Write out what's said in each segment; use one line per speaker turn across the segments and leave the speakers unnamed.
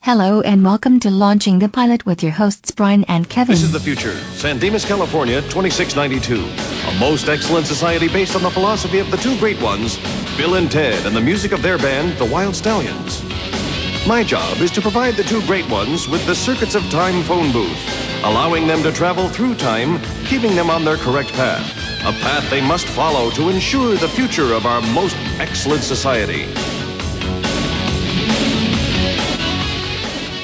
Hello and welcome to Launching the Pilot with your hosts Brian and Kevin.
This is the future. San Dimas, California, 2692. A most excellent society based on the philosophy of the two great ones, Bill and Ted, and the music of their band, the Wild Stallions. My job is to provide the two great ones with the Circuits of Time phone booth, allowing them to travel through time, keeping them on their correct path, a path they must follow to ensure the future of our most excellent society.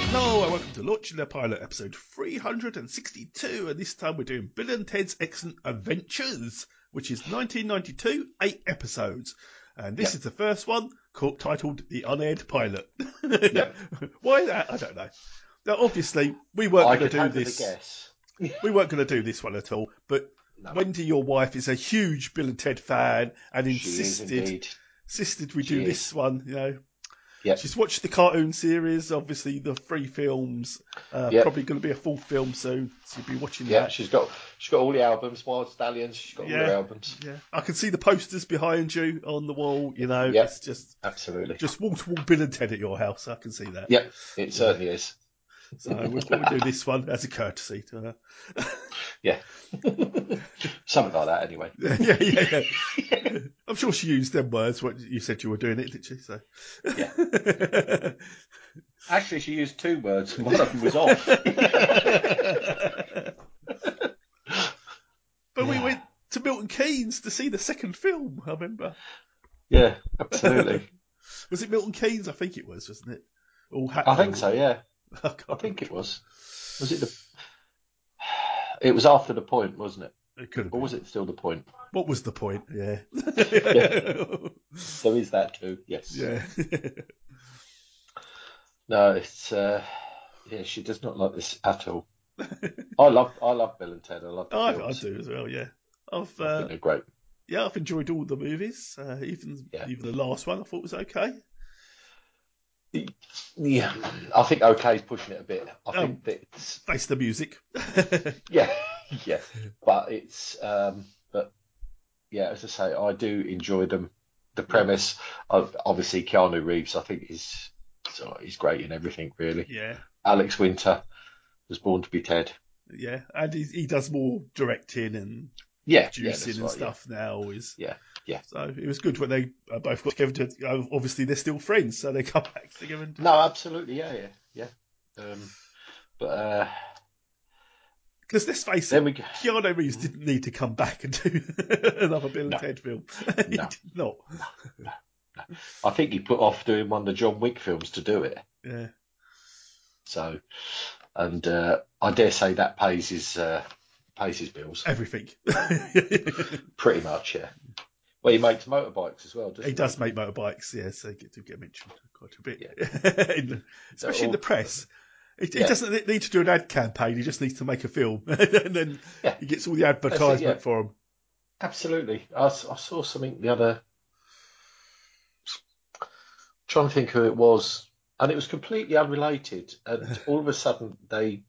Hello and welcome to Launching the Pilot, episode 362, and this time we're doing Bill and Ted's Excellent Adventures, which is 1992, eight episodes. And this is the first one, called, titled The Unaired Pilot. Why that? I don't know. Now, obviously, we
I
weren't going
could
to do
have a
this.
guess.
We weren't going to do this one at all, but
No.
Wendy, your wife, is a huge Bill and Ted fan and
She is
insisted
indeed.
insisted we
She
do
is.
this one. You know,
Yep.
She's watched the cartoon series, obviously the three films. Uh,
Yep.
Probably going to be a full film soon. So you'll be watching
Yeah,
that.
she's got she's got all the albums, Wild Stallions. She's got all
Yeah.
the albums.
Yeah, I can see the posters behind you on the wall. You know,
Yep.
it's just
Absolutely.
just wall to wall Bill and Ted at your house. I can see that.
Yep, it certainly is.
So we'll probably do this one as a courtesy to her.
Yeah. Something like that, anyway.
yeah, yeah, yeah. I'm sure she used them words when you said you were doing it, did she? So.
Actually, she used two words, and one of them was off.
but we
Yeah.
went to Milton Keynes to see the second film. I remember.
yeah, absolutely.
Was it Milton Keynes? I think it was, wasn't it? All
I think so. Yeah,
I, can't
I think it was. Was it the? It was after the point, wasn't it?
It could have
Or
been.
was it still the point?
What was the point? Yeah.
There is that too. Yes.
yeah.
No, it's uh, yeah. She does not like this at all. I love I love Bill and Ted. I love. The
I, I
films.
do as well. Yeah. I've
I
uh,
think they're great.
yeah I've enjoyed all the movies. Uh, even
Yeah.
even the last one I thought was okay.
Yeah, I think OK's pushing it a bit. I
Um,
think that it's
That's the music.
yeah, yeah, but it's um, but yeah, as I say, I do enjoy them. The premise, of, obviously, Keanu Reeves, I think is so he's great in everything really.
yeah.
Alex Winter was born to be Ted.
Yeah. And he, he does more directing and
Yeah, yeah, that's
producing and
right, yeah.
stuff now. Always.
Yeah, yeah.
So it was good when they uh, both got together. To, obviously, they're still friends, so they come back together. And,
No, absolutely, yeah, yeah, yeah. Um, but uh,
Because let's face it,
then we go.
Keanu Reeves didn't need to come back and do another Bill and
No.
Ted film. he
No.
did not.
I think he put off doing one of the John Wick films to do it.
Yeah.
So, and uh, I dare say that pays his uh, pays his bills
Everything.
pretty much. Yeah. Well, he makes motorbikes as well, doesn't he?
he does make motorbikes, yes, they get to get mentioned quite a bit, In the- especially in
all-
the press. He, he
Yeah.
doesn't need to do an ad campaign; he just needs to make a film, and then
Yeah.
he gets all the advertisement
yeah.
for him.
Absolutely. I, s- I saw something the other. Trying to think who it was, and it was completely unrelated. And all of a sudden, they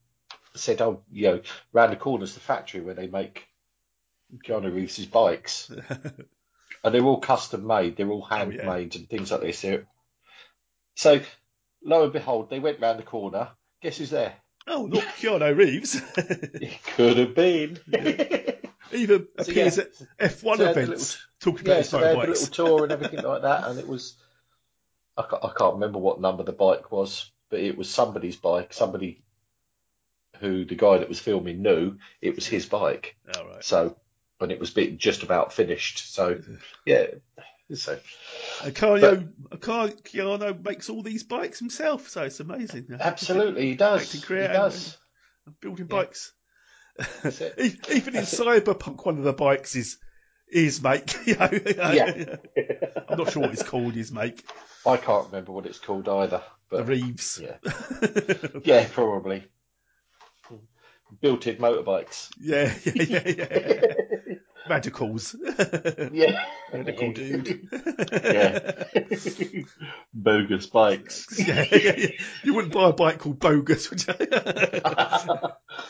said, "Oh, you know, round the corner's the factory where they make Keanu Reeves's bikes, and they're all custom made. They're all
yeah.
handmade and things like this." They're- So, lo and behold, they went round the corner. Guess who's there?
Oh, not Keanu Reeves.
It could have been.
Even
So,
appears
yeah.
at F1
So they had the
events
little-
talking about
Yeah,
his
so they had a
motorbikes.
little tour and everything like that, and it was I can't, I can't remember what number the bike was, but it was somebody's bike, somebody who the guy that was filming knew it was his bike.
All right.
So, and it was bit, just about finished. So, yeah, so
And Keanu, Ke- Keanu makes all these bikes himself, so it's amazing.
absolutely he does.
Back to
He
create
does.
Building
Yeah.
bikes.
That's it.
E- Even in Cyberpunk, one of the bikes is is make. you know.
Yeah.
I'm not sure what it's called. Is make
I can't remember what it's called either,
the
but
Reeves.
yeah,
Yeah,
yeah, probably built-in motorbikes.
yeah, yeah, yeah. Radicals.
Yeah,
Radical dude.
Yeah. Bogus bikes.
yeah, yeah, yeah. You wouldn't buy a bike called Bogus, would you?
I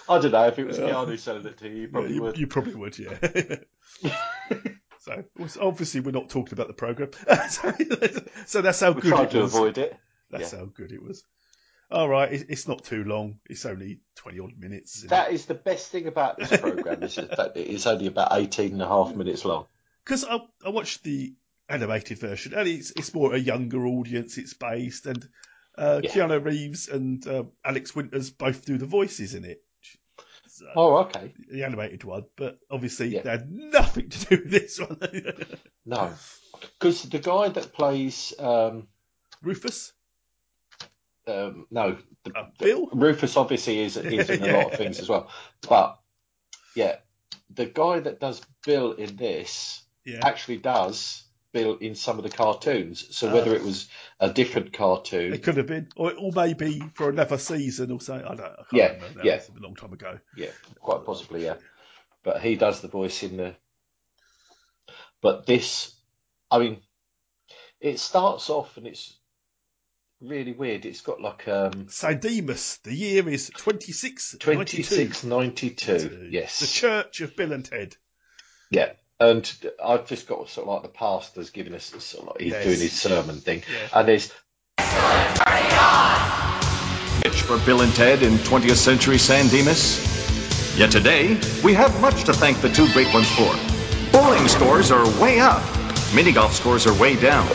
don't know. If it was Keanu selling it to you, you probably
you,
would.
you probably would, yeah. so well, so obviously we're not talking about the program, so, so that's how
we
good
tried
it
to
was.
avoid it.
That's
yeah.
how good it was. all right, it, it's not too long. It's only 20 odd minutes. isn't it?
That is the best thing about this program is the fact that it's only about 18 and a half minutes long.
because I, I watched the animated version, and it's it's more a younger audience. It's based, and uh,
Yeah.
Keanu Reeves and uh, Alex Winters both do the voices in it, So,
Oh, okay.
the animated one. But obviously,
Yeah.
they had nothing to do with this one.
No, because the guy that plays um,
Rufus,
um, no, the,
uh, Bill,
Rufus obviously is is in a lot
Yeah.
of things as well, but yeah, the guy that does Bill in this
yeah,
actually does Bill in some of the cartoons. So
Ah.
whether it was a different
it
cartoon,
could have been, or or maybe for another season or so. I don't, I can't
Yeah,
remember. That
yeah.
was a long time ago.
yeah, quite possibly, yeah, but he does the voice in the. But this, I mean, it starts off and it's really weird. It's got like um.
Sandemus, the year is 26,
2692. oh, Yes.
The Church of Bill and Ted.
yeah. And I've just got sort of like the pastor's giving us sort of like he's
Yes.
doing his sermon thing.
Yeah.
And there's
pitch for Bill and Ted in 20th century San Dimas? Yet today, we have much to thank the two great ones for. Bowling scores are way up, mini golf scores are way down,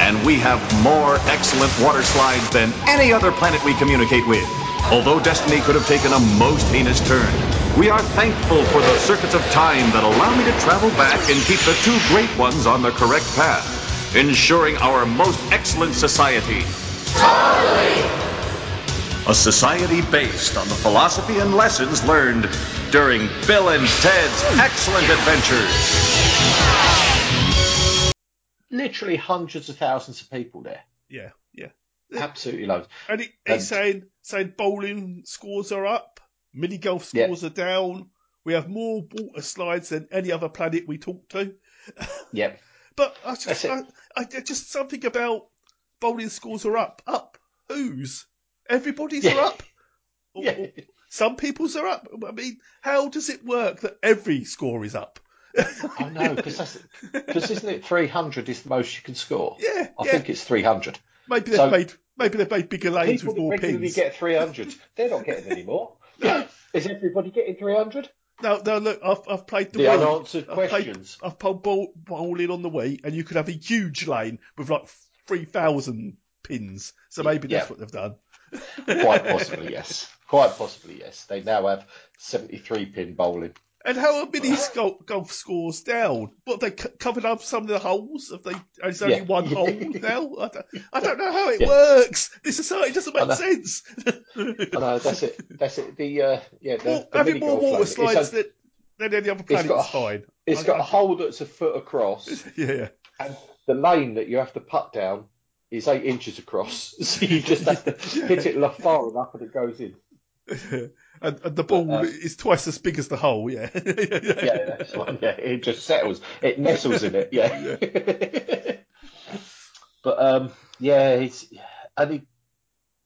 and we have more excellent water slides than any other planet we communicate with. Although destiny could have taken a most heinous turn, we are thankful for the circuits of time that allow me to travel back and keep the two great ones on the correct path, ensuring our most excellent society. A society based on the philosophy and lessons learned during Bill and Ted's excellent adventures.
literally hundreds of thousands of people there.
Yeah, yeah.
Absolutely loads.
And he,
And-
he's saying saying bowling scores are up, mini golf
Yeah.
scores are down. We have more water slides than any other planet we talk to.
Yep.
But I just,
That's it.
I, I, there's just something about bowling scores are up, up. Whose? Everybody's
Yeah.
are up. Or-
Yeah.
or Some people's are up. I mean, how does it work that every score is up?
I know, because isn't it 300 is the most you can score?
Yeah,
I
yeah.
think it's 300.
Maybe they've
So-
made maybe they've made bigger lanes
People
with
that
more
regularly
pins.
get 300, they're not getting any more. Is everybody getting 300?
No, no, look, I've, I've played the,
The
Wii.
unanswered
I've played-
questions.
I've played bowl, bowling on the Wii, and you could have a huge lane with like 3,000 pins. So maybe that's
Yeah.
what they've done.
Quite possibly, yes. Quite possibly, yes. They now have 73 pin bowling.
And how are mini
Uh-huh.
sco- golf scores down? What, they c- covered up some of the holes? Have they, there's only
Yeah.
one hole now? I don't, I don't know how it
Yeah.
works. This society doesn't
I
make
know.
sense.
I know Oh, that's it. That's it. The uh, yeah, the,
Well,
the
having
mini
more
golf
water
lane.
slides
It's, a,
than, than any other planet
got
is
a-
fine.
it's got a hole that's a foot across,
Yeah.
and the lane that you have to putt down is eight inches across. So you just have to hit it lo- far enough, and it goes in.
and, and the ball
uh,
is twice as big as the hole, yeah.
Yeah, that's one. Yeah, it just settles. It nestles in it. Yeah. but um, yeah, it's and he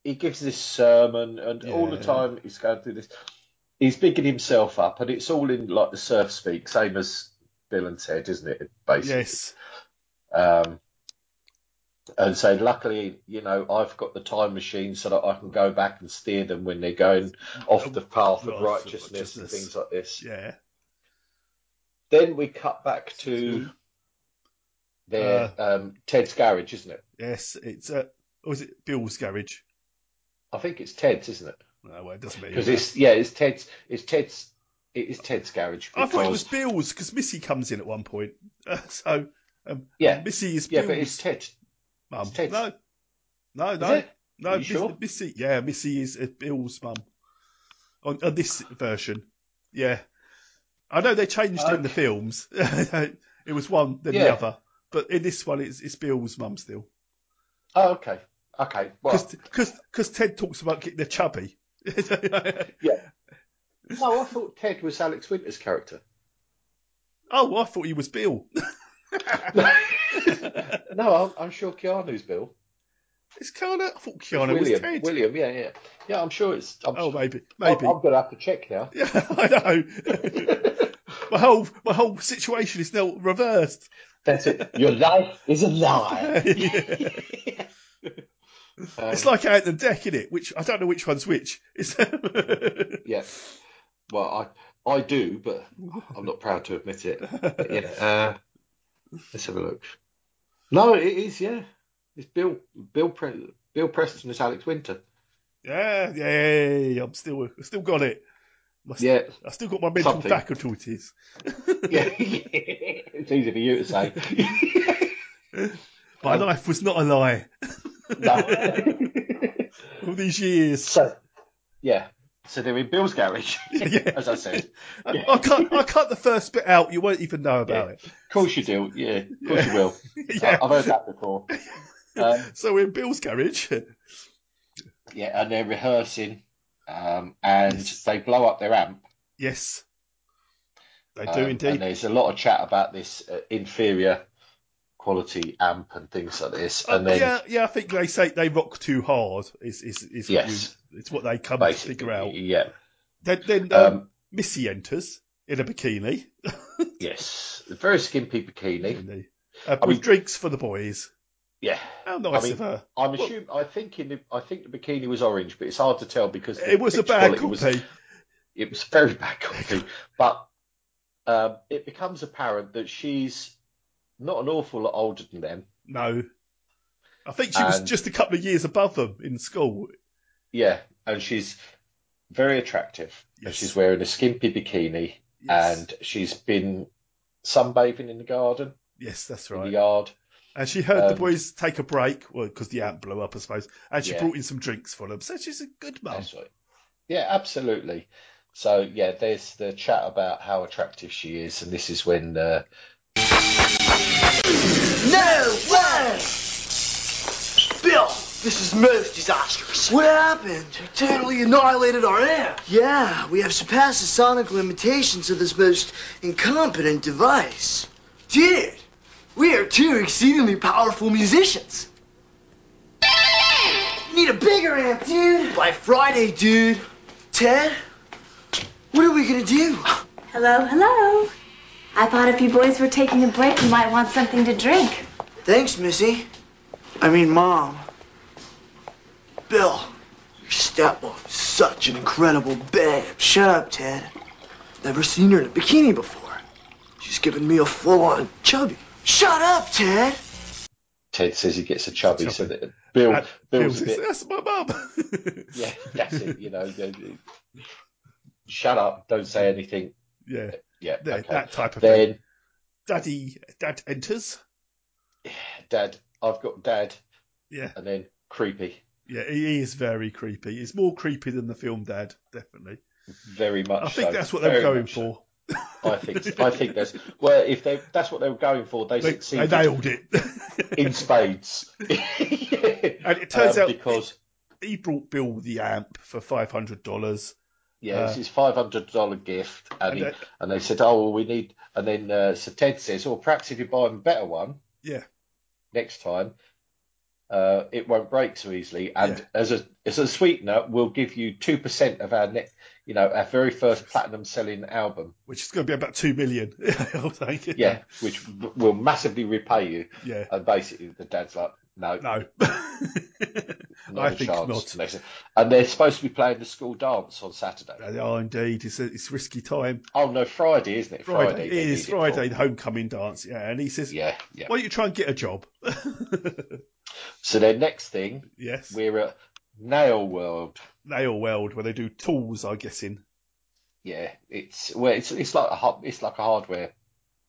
he gives this sermon, and all the
Yeah.
time he's going through this. He's bigging himself up, and it's all in like the surf speak, same as Bill and Ted, isn't it? Basically.
Yes.
Um, and so, luckily, you know, I've got the time machine so that I can go back and steer them when they're going off the Um, path
Path
of
of
righteousness and
righteousness.
things like this.
Yeah.
Then we cut back to their
Uh,
um, Ted's garage, isn't it?
Yes. It's uh, or is it Bill's garage?
I think it's Ted's, isn't it?
No, well, it doesn't mean.
Because it's yeah, it's Ted's. It's Ted's. It is Ted's garage.
I thought it was
because-
Bill's because Missy comes in at one point. Uh, so um,
Yeah.
Missy is
yeah,
Bill's
but it's Ted.
mum.
it's Ted's.
No, no,
Is
no,
it?
no.
Are you
Miss-
sure?
Missy, yeah, Missy is uh, Bill's mum on, on this version. Yeah, I know they changed it in the films. it was one then the
Yeah.
other, but in this one, it's, it's Bill's mum still.
Oh, okay, okay. Well,
Because Ted talks about getting the chubby.
no, I thought Ted was Alex Winter's character.
oh, I thought he was Bill.
No, I'm, I'm sure Keanu's Bill.
It's Keanu. I thought Keanu
William,
was Ted.
William, yeah, yeah, yeah. I'm sure it's. I'm,
Oh, maybe,
I'm,
maybe.
I'm gonna have to check now.
Yeah, I know. my whole my whole situation is now reversed.
That's it. Your life is a lie.
yeah.
Um,
It's like out the deck, isn't it? Which I don't know which one's which. It's
yeah. Well, I I do, but I'm not proud to admit it. But yeah, uh, let's have a look. No, it is. Yeah, it's Bill Bill Pre- Bill Preston as Alex Winter.
yeah, yay! I'm still, I still got it. My,
Yeah,
I still got my mental
Something.
faculties.
yeah. it's easy for you to say.
My
Um,
life was not a lie.
no.
All these years,
So, yeah. So they're in Bill's garage,
yeah.
as I said.
I, I cut, I cut the first bit out. You won't even know about
Of course you do. Yeah, of course you will.
it. Yeah.
I, have heard that before. Um,
so we're in Bill's garage.
yeah, and they're rehearsing, um, and they blow up their amp.
Yes, they do
um,
indeed.
And there's a lot of chat about this uh, inferior quality amp and things like this.
Uh,
And then,
yeah, yeah, I think they say they rock too hard. Is is is what
Yes.
you, it's what they come to
basically,
figure out.
yeah.
Then, then um,
Um,
Missy enters in a bikini.
yes, a very skimpy bikini.
Bikini. Uh,
I
with
mean-
drinks for the boys.
Yeah,
How nice
mean,
of her.
I'm assuming. I think in the, I think the bikini was orange, but it's hard to tell because the
It was a
picture
bad
quality was-
copy.
it was very bad copy. but um, it becomes apparent that she's not an awful lot older than them.
No. I think she was
And-
just a couple of years above them in school.
Yeah, and she's very attractive. And
Yes.
she's wearing a skimpy bikini,
Yes.
and she's been sunbathing in the garden,
yes, that's
in the
right.
yard.
And she heard the
Um,
boys take a break, well, because the amp blew up, I suppose. And she
Yeah.
brought in some drinks for them. So she's a good mum.
That's right. Yeah, absolutely. So yeah, there's the chat about how attractive she is, and this is when uh,
No way! Bill, this is most disastrous. What happened? You totally annihilated our amp. Yeah, we have surpassed the sonic limitations of this most incompetent device. Dude, we are two exceedingly powerful musicians. Need a bigger amp, dude. By Friday, dude. Ted, what are we gonna do?
Hello, hello. I thought if you boys were taking a break, you might want something to drink.
Thanks, Missy. I mean, Mom. Bill, your stepmom is such an incredible babe. Shut up, Ted. Never seen her in a bikini before. She's giving me a full-on chubby. Shut up, Ted.
Ted says he gets a chubby, so that Bill,
And
Bill's a
Bill says,
bit,
That's my mum.
yeah, that's it. You know, yeah, yeah. shut up, don't say anything.
yeah.
Yeah,
That-
okay.
That type of thing.
Then
Daddy, dad enters.
Dad, I've got Dad,
Yeah.
and then creepy,
Yeah, he is very creepy. It's more creepy than the film Dad, definitely.
very much.
I think
so,
that's what they were
very
going
much so.
for.
I think I think that's well. If they that's what they were going for, they,
They, they
succeeded
nailed it.
in spades.
and it turns
Um,
out
because
he brought Bill the amp for five hundred dollars.
yeah,
uh,
it's his five hundred dollar gift, and
and uh,
he,
that-
and they said, oh well, we need. And then uh, so Ted says, well, perhaps if you buy him a better one,
Yeah.
next time. Uh, it won't break so easily, and
Yeah.
as a as a sweetener, we'll give you two percent of our net, you know, our very first platinum selling album.
Which is going to be about two million. I'll take it.
yeah, which w- will massively repay you.
yeah.
And basically, the dad's like, no, not
No.
a
I think
chance.
not.
And they said- And they're supposed to be playing the school dance on Saturday.
They are Uh, indeed. It's a, it's risky time.
Oh no, Friday, isn't it?
Friday,
they
it is
need
Friday,
for.
the homecoming dance. Yeah, and he says,
Yeah, yeah.
"Why don't you try and get a job?"
So their next thing,
yes,
we're at Nail World.
nail weld where they do tools. I'm guessing.
Yeah, it's well, it's it's like a hu- it's like a hardware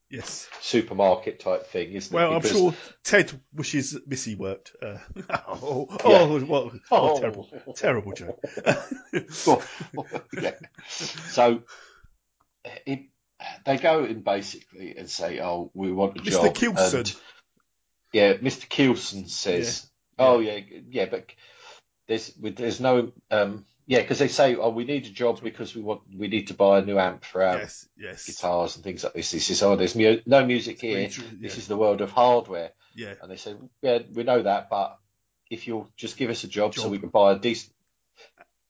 Yes.
supermarket type thing, isn't it?
Well, I'm
Because-
sure Ted wishes Missy worked. Uh, oh,
Yeah.
oh, what, what a terrible, terrible joke.
yeah. So it, they go and basically and say, "Oh, we want a
Mr.
job."
Kilson.
And, yeah, Mr. Kilson says, "Oh yeah, yeah, but there's there's no um yeah because they say, oh, we need a job because we want we need to buy a new amp for our
yes, yes.
guitars and things like this." He says, "Oh, there's mu- no music here.
It's really true,
This
yeah.
is the world of hardware."
Yeah,
And they say, "Yeah, we know that, but if you'll just give us a job, so
Job.
we can buy a decent,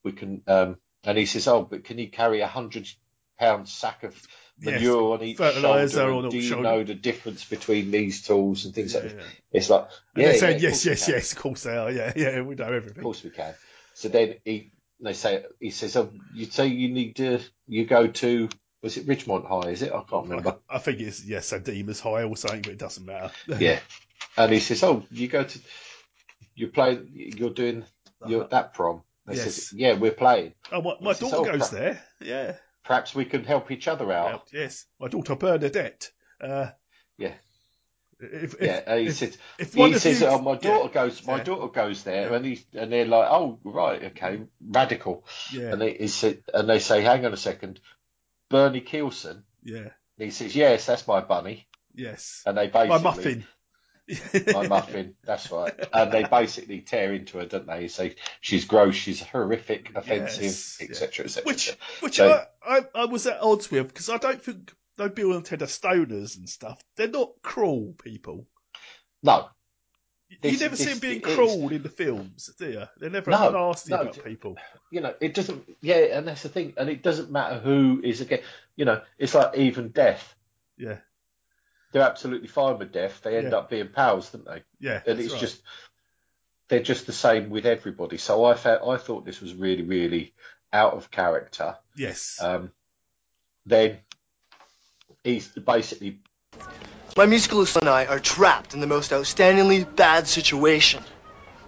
we can." Um, and he says, "Oh, but can you carry a hundred pound sack of
Yes,
manure on each
fertiliser
shoulder.
on
and
each
do you
shoulder.
know the difference between these tools and things like
Yeah,
that?
yeah.
It's like,
And
yeah,
they're saying,
yeah, of
yes,
course we
yes,
can.
yes, of course they are. Yeah, yeah, we know everything.
Of course we can. So then he, they say, he says, oh, you say you need to, you go to, was it Richmond High? Is it? I can't remember.
I think it's, yes, a Deemer's High or something, but it doesn't matter.
yeah. And he says, "Oh, you go to, you play, you're doing, you're at that prom." And he
Uh-huh. Yes.
says, "Yeah, we're playing.
Oh, my, my
This is
daughter
all
goes
crap. Oh.
there. Yeah.
Perhaps we can help each other out."
Yes. My daughter Bernadette. Uh,
Yeah.
If, if,
Yeah, and he
if-
says,
if one
he
of
says,
you-
"Oh, my
yeah,
daughter goes, my
yeah.
daughter goes there," and he, and they're like, "Oh, right, okay, radical."
Yeah.
And they, he said, and they say, "Hang on a second, Bernie Keelson."
yeah.
And he says, "Yes, that's my bunny,"
Yes.
and they basically
My muffin.
my muffin. That's right. And they basically tear into her, don't they? They Say she's gross, she's horrific, offensive,
Yes, yeah.
etc., etc.
Which, which
So-
I, I, I was at odds with because I don't think though Bill and Ted are stoners and stuff. They're not cruel people.
No,
You- you
This-
never see
this
them being
is-
cruel in the films, do you? They're never
No,
nasty
no,
about
d-
people.
you know, it doesn't. Yeah, and that's the thing. And it doesn't matter who is again. You know, it's like even death.
Yeah,
They're absolutely fine with death. They end
Yeah.
up being pals, don't they?
yeah.
And
that's
it's
right.
just they're just the same with everybody. So I felt I thought this was really, really out of character.
yes.
Um, then he's basically
My musical and I are trapped in the most outstandingly bad situation.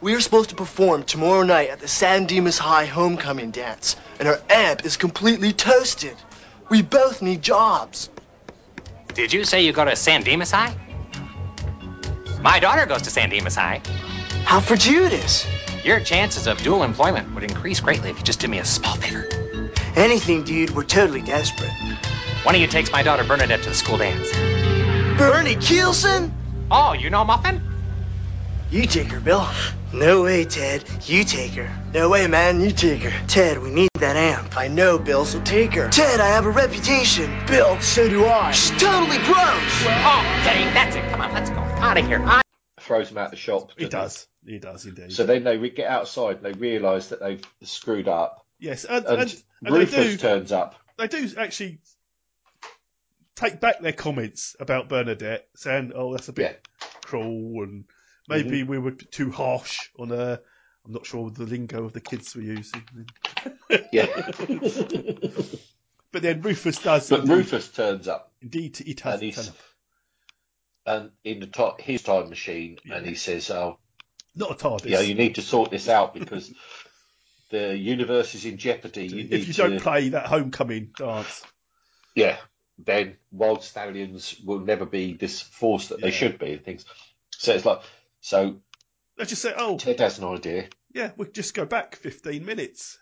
We are supposed to perform tomorrow night at the San Dimas High homecoming dance, and our amp is completely toasted. We both need jobs.
Did you say you go to San Dimas High? My daughter goes to San Dimas High.
How fortuitous!
Your chances of dual employment would increase greatly if you just did me a small favor.
Anything, dude, we're totally desperate.
One of you takes my daughter Bernadette to the school dance.
Bernie Kielsen?
Oh, you know Muffin?
You take her, Bill. No way, Ted. You take her. No way, man. You take her. Ted, we need that amp. I know, Bill, so take her. Ted, I have a reputation. Bill, so do I. She's totally gross.
Oh, dang, that's it. Come on, let's go. Out of here. Out-
throws him out the shop.
he
doesn't he?
does. He does indeed.
So then they re- get outside and they realise that they've screwed up.
yes, and,
And,
and, and they
Rufus
do.
turns up.
They do actually take back their comments about Bernadette, saying, "Oh, that's a bit
Yeah, Mm-hmm.
cruel and maybe we were too harsh on her. I'm not sure the lingo of the kids were using.
yeah.
But then Rufus does.
but
indeed-
Rufus turns up
Indeed, he does.
and he's
turn up.
and in the top, his time machine and he says, "Oh,
Not a TARDIS.
yeah, you need to sort this out because the universe is in jeopardy. You need
if you
to,
don't play that homecoming dance.
yeah, then wild stallions will never be this force that they
Yeah.
should be and things." So it's like, so
Let's just say, oh,
Ted has an idea.
yeah, we'll just go back 15 minutes.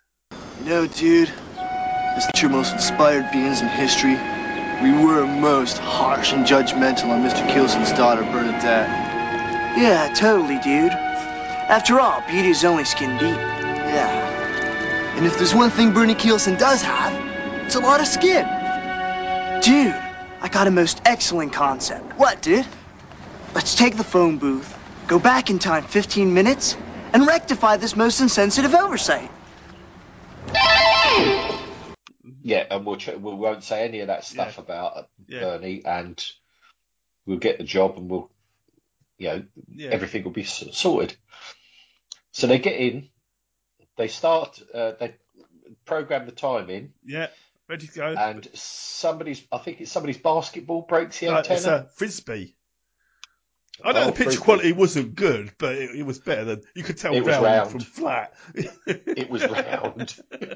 No, dude. As the two most inspired beings in history, we were most harsh and judgmental on Mr. Kilson's daughter, Bernadette. Yeah, totally, dude. After all, beauty is only skin deep. Yeah. And if there's one thing Bernie Kielsen does have, it's a lot of skin. Dude, I got a most excellent concept. What, dude? Let's take the phone booth, go back in time 15 minutes, and rectify this most insensitive oversight.
Yeah, and we'll ch- we won't say any of that stuff about
Yeah.
Bernie, and we'll get the job, and we'll, you know,
Yeah.
everything will be s- sorted. So they get in, they start, uh, they program the time in,
Yeah, ready to go.
and somebody's, I think it's somebody's basketball breaks the
No, Uh, it's
antenna.
a frisbee. I know
Oh,
the picture
frisbee.
quality wasn't good, but it, it was better than you could tell
It was
round,
round.
from flat.
It was round.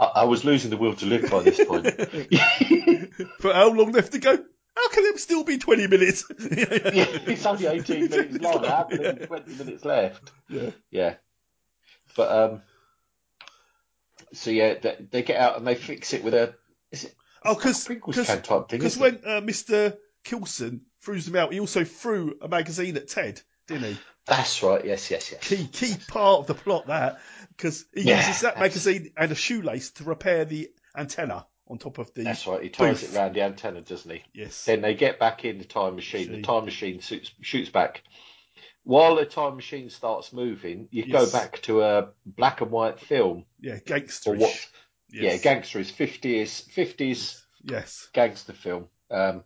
I, I was losing the will to live by this point.
but how long left to go? How can it still be 20 minutes?
yeah, it's only 18 minutes long. I have
Yeah.
20 minutes left.
Yeah.
Yeah. But, um, so yeah, they, they get out and they fix it with a is it
Oh, because
Pringles can type thing.
because
Isn't
when
it?
uh, Mr. Kilson threw them out, he also threw a magazine at Ted, didn't he?
That's right. Yes, yes, yes.
Key key part of the plot that because he
Yeah,
uses that
that's-
magazine and a shoelace to repair the antenna on top of the.
That's right. He ties
Booth.
it round the antenna, doesn't he?
Yes.
Then they get back in the time machine. The
Machine.
time machine shoots, shoots back. While the time machine starts moving, you go
Yes.
back to a black and white film
yeah,
or
gangsterish.
what? Yeah, gangster is fifties fifties
Yes.
gangster film. Um,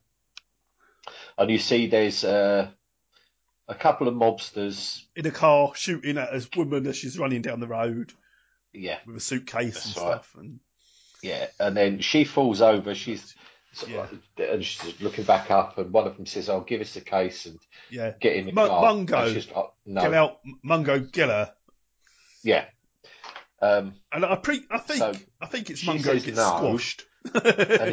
and you see there's uh, a couple of mobsters.
In a car shooting at this woman as she's running down the road
Yeah,
with a suitcase and
That's right.
stuff. And
yeah. And then she falls over. She's sort
Yeah.
of- and she's looking back up. And one of them says, "Oh, give us the case and
yeah.
get in the
Mu-
car." And
Mungo.
she's like, no.
Get out, M- Mungo Geller.
Yeah. Um,
And I, pre- I think
So,
I think it's
she
Mungo
says
gets
no.
squashed.
and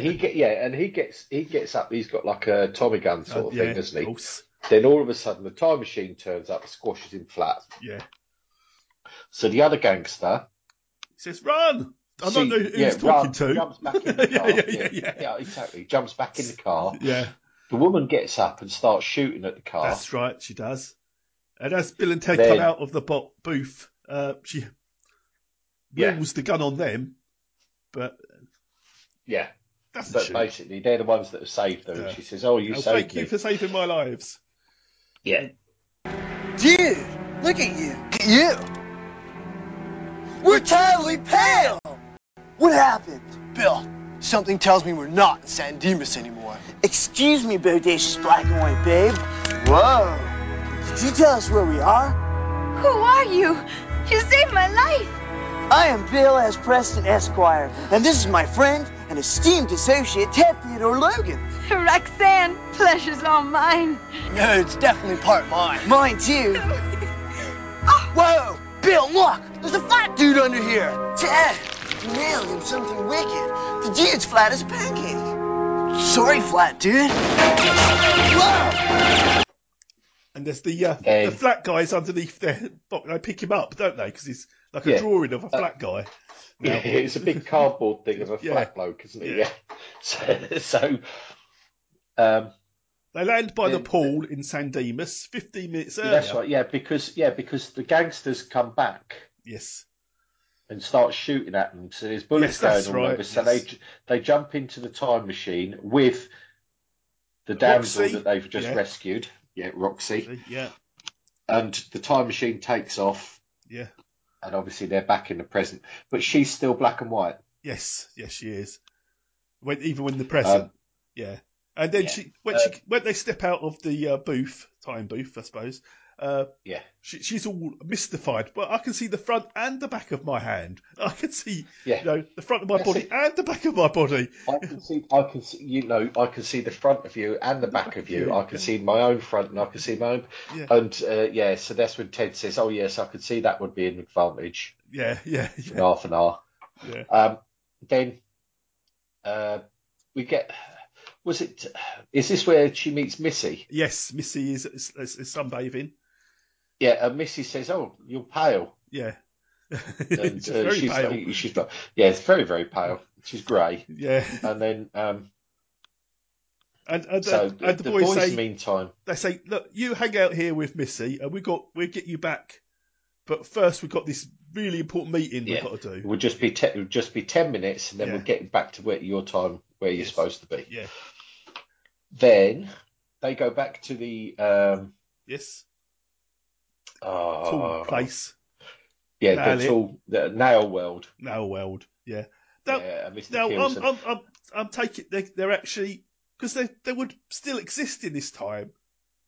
he get yeah, and he gets he gets up. He's got like a Tommy gun sort of
Uh, yeah,
thing, doesn't
of
he?
course.
Then all of a sudden, the time machine turns up, squashes him flat.
Yeah.
So the other gangster,
He says, run! I
She-
don't know who
yeah,
he's talking
run-
to.
Jumps back in the
Yeah,
car.
yeah, yeah, yeah.
exactly. Jumps back in the car.
Yeah,
The woman gets up and starts shooting at the car.
that's right, she does. And as Bill and Ted
Then-
come out of the bo- booth, uh, she
Yeah.
rolls the gun on them, but
yeah.
that's
But
the
basically, they're the ones that have saved her.
Yeah.
And she says, "Oh, you saved
Thank
me."
you for saving my lives.
Yeah.
Dude, look at you. At you. We're totally pale. What happened? Bill, something tells me we're not in San Dimas anymore. Excuse me, bodacious black and white babe. Whoa. Did you tell us where we are?
Who are you? You saved my life.
I am Bill S. Preston Esquire, and this is my friend and esteemed associate Ted Theodore Logan.
Roxanne, pleasure's all mine.
No, it's definitely part mine. Mine too. Oh. Whoa! Bill, look! There's a fat dude under here! Dad! You nailed him something wicked. The dude's flat as a pancake. Sorry, flat dude. Whoa!
And there's the uh,
Then-
the flat guys underneath their box. They pick him up, don't they? Because he's like a
Yeah.
drawing of a
Uh,
flat guy.
Yeah, it's a big cardboard thing of a
Yeah.
flat bloke, isn't it?
Yeah.
Yeah. So, so um,
They land by the
then-
pool in San Dimas 15 minutes earlier.
that's right. Yeah, because yeah, because the gangsters come back
Yes.
and start shooting at them. So there's bullets
Yes, that's
going all
right,
over. So
yes.
they they jump into the time machine with the damsel
Roxy,
that they've just
yeah.
rescued. Yeah, Roxy.
Yeah.
And the time machine takes off.
Yeah.
And obviously they're back in the present, but she's still black and white.
Yes. Yes, she is. When, even when the present. yeah. And then
Um, yeah.
she when
Uh,
she when they step out of the uh, booth, time booth, I suppose. Uh,
Yeah.
she, she's all mystified. But I can see the front and the back of my hand. I can see
Yeah.
you know the front of my
That's
body
it.
and the back of my body.
I can see, I can see, you know, I can see the front of you and the back of you.
you,
I can
yeah.
see my own front and I can see my own.
Yeah.
And uh, yeah, so that's when Ted says, "Oh yes, I could see that would be an advantage."
Yeah, yeah,
in
yeah.
half an hour.
Yeah.
Um, then uh, we get. Was it? Is this where she meets Missy?
Yes, Missy is, is, is sunbathing.
Yeah, and Missy says, "Oh, you're pale."
Yeah,
And
It's
uh,
very
she's
pale.
she's like, yeah, it's very very pale. She's grey.
yeah,
And then um,
and and,
so
uh,
the,
and the, boys, say
meantime,
they say, look, you hang out here with Missy, and we got we'll get you back, but first we've got this really important meeting
Yeah.
we've got to do.
will just be te- it'll just be ten minutes, and then
Yeah.
we'll get back to where your time where you're
Yes.
supposed to be.
Yeah,
Then they go back to the um,
yes, cool
oh,
place,
Yeah,
Nail
the
it.
tool, the nail world.
now weld. Yeah. Now,
yeah, and Mr.
now I'm,
Pearson.
I'm I'm I'm taking they, they're actually because they they would still exist in this time,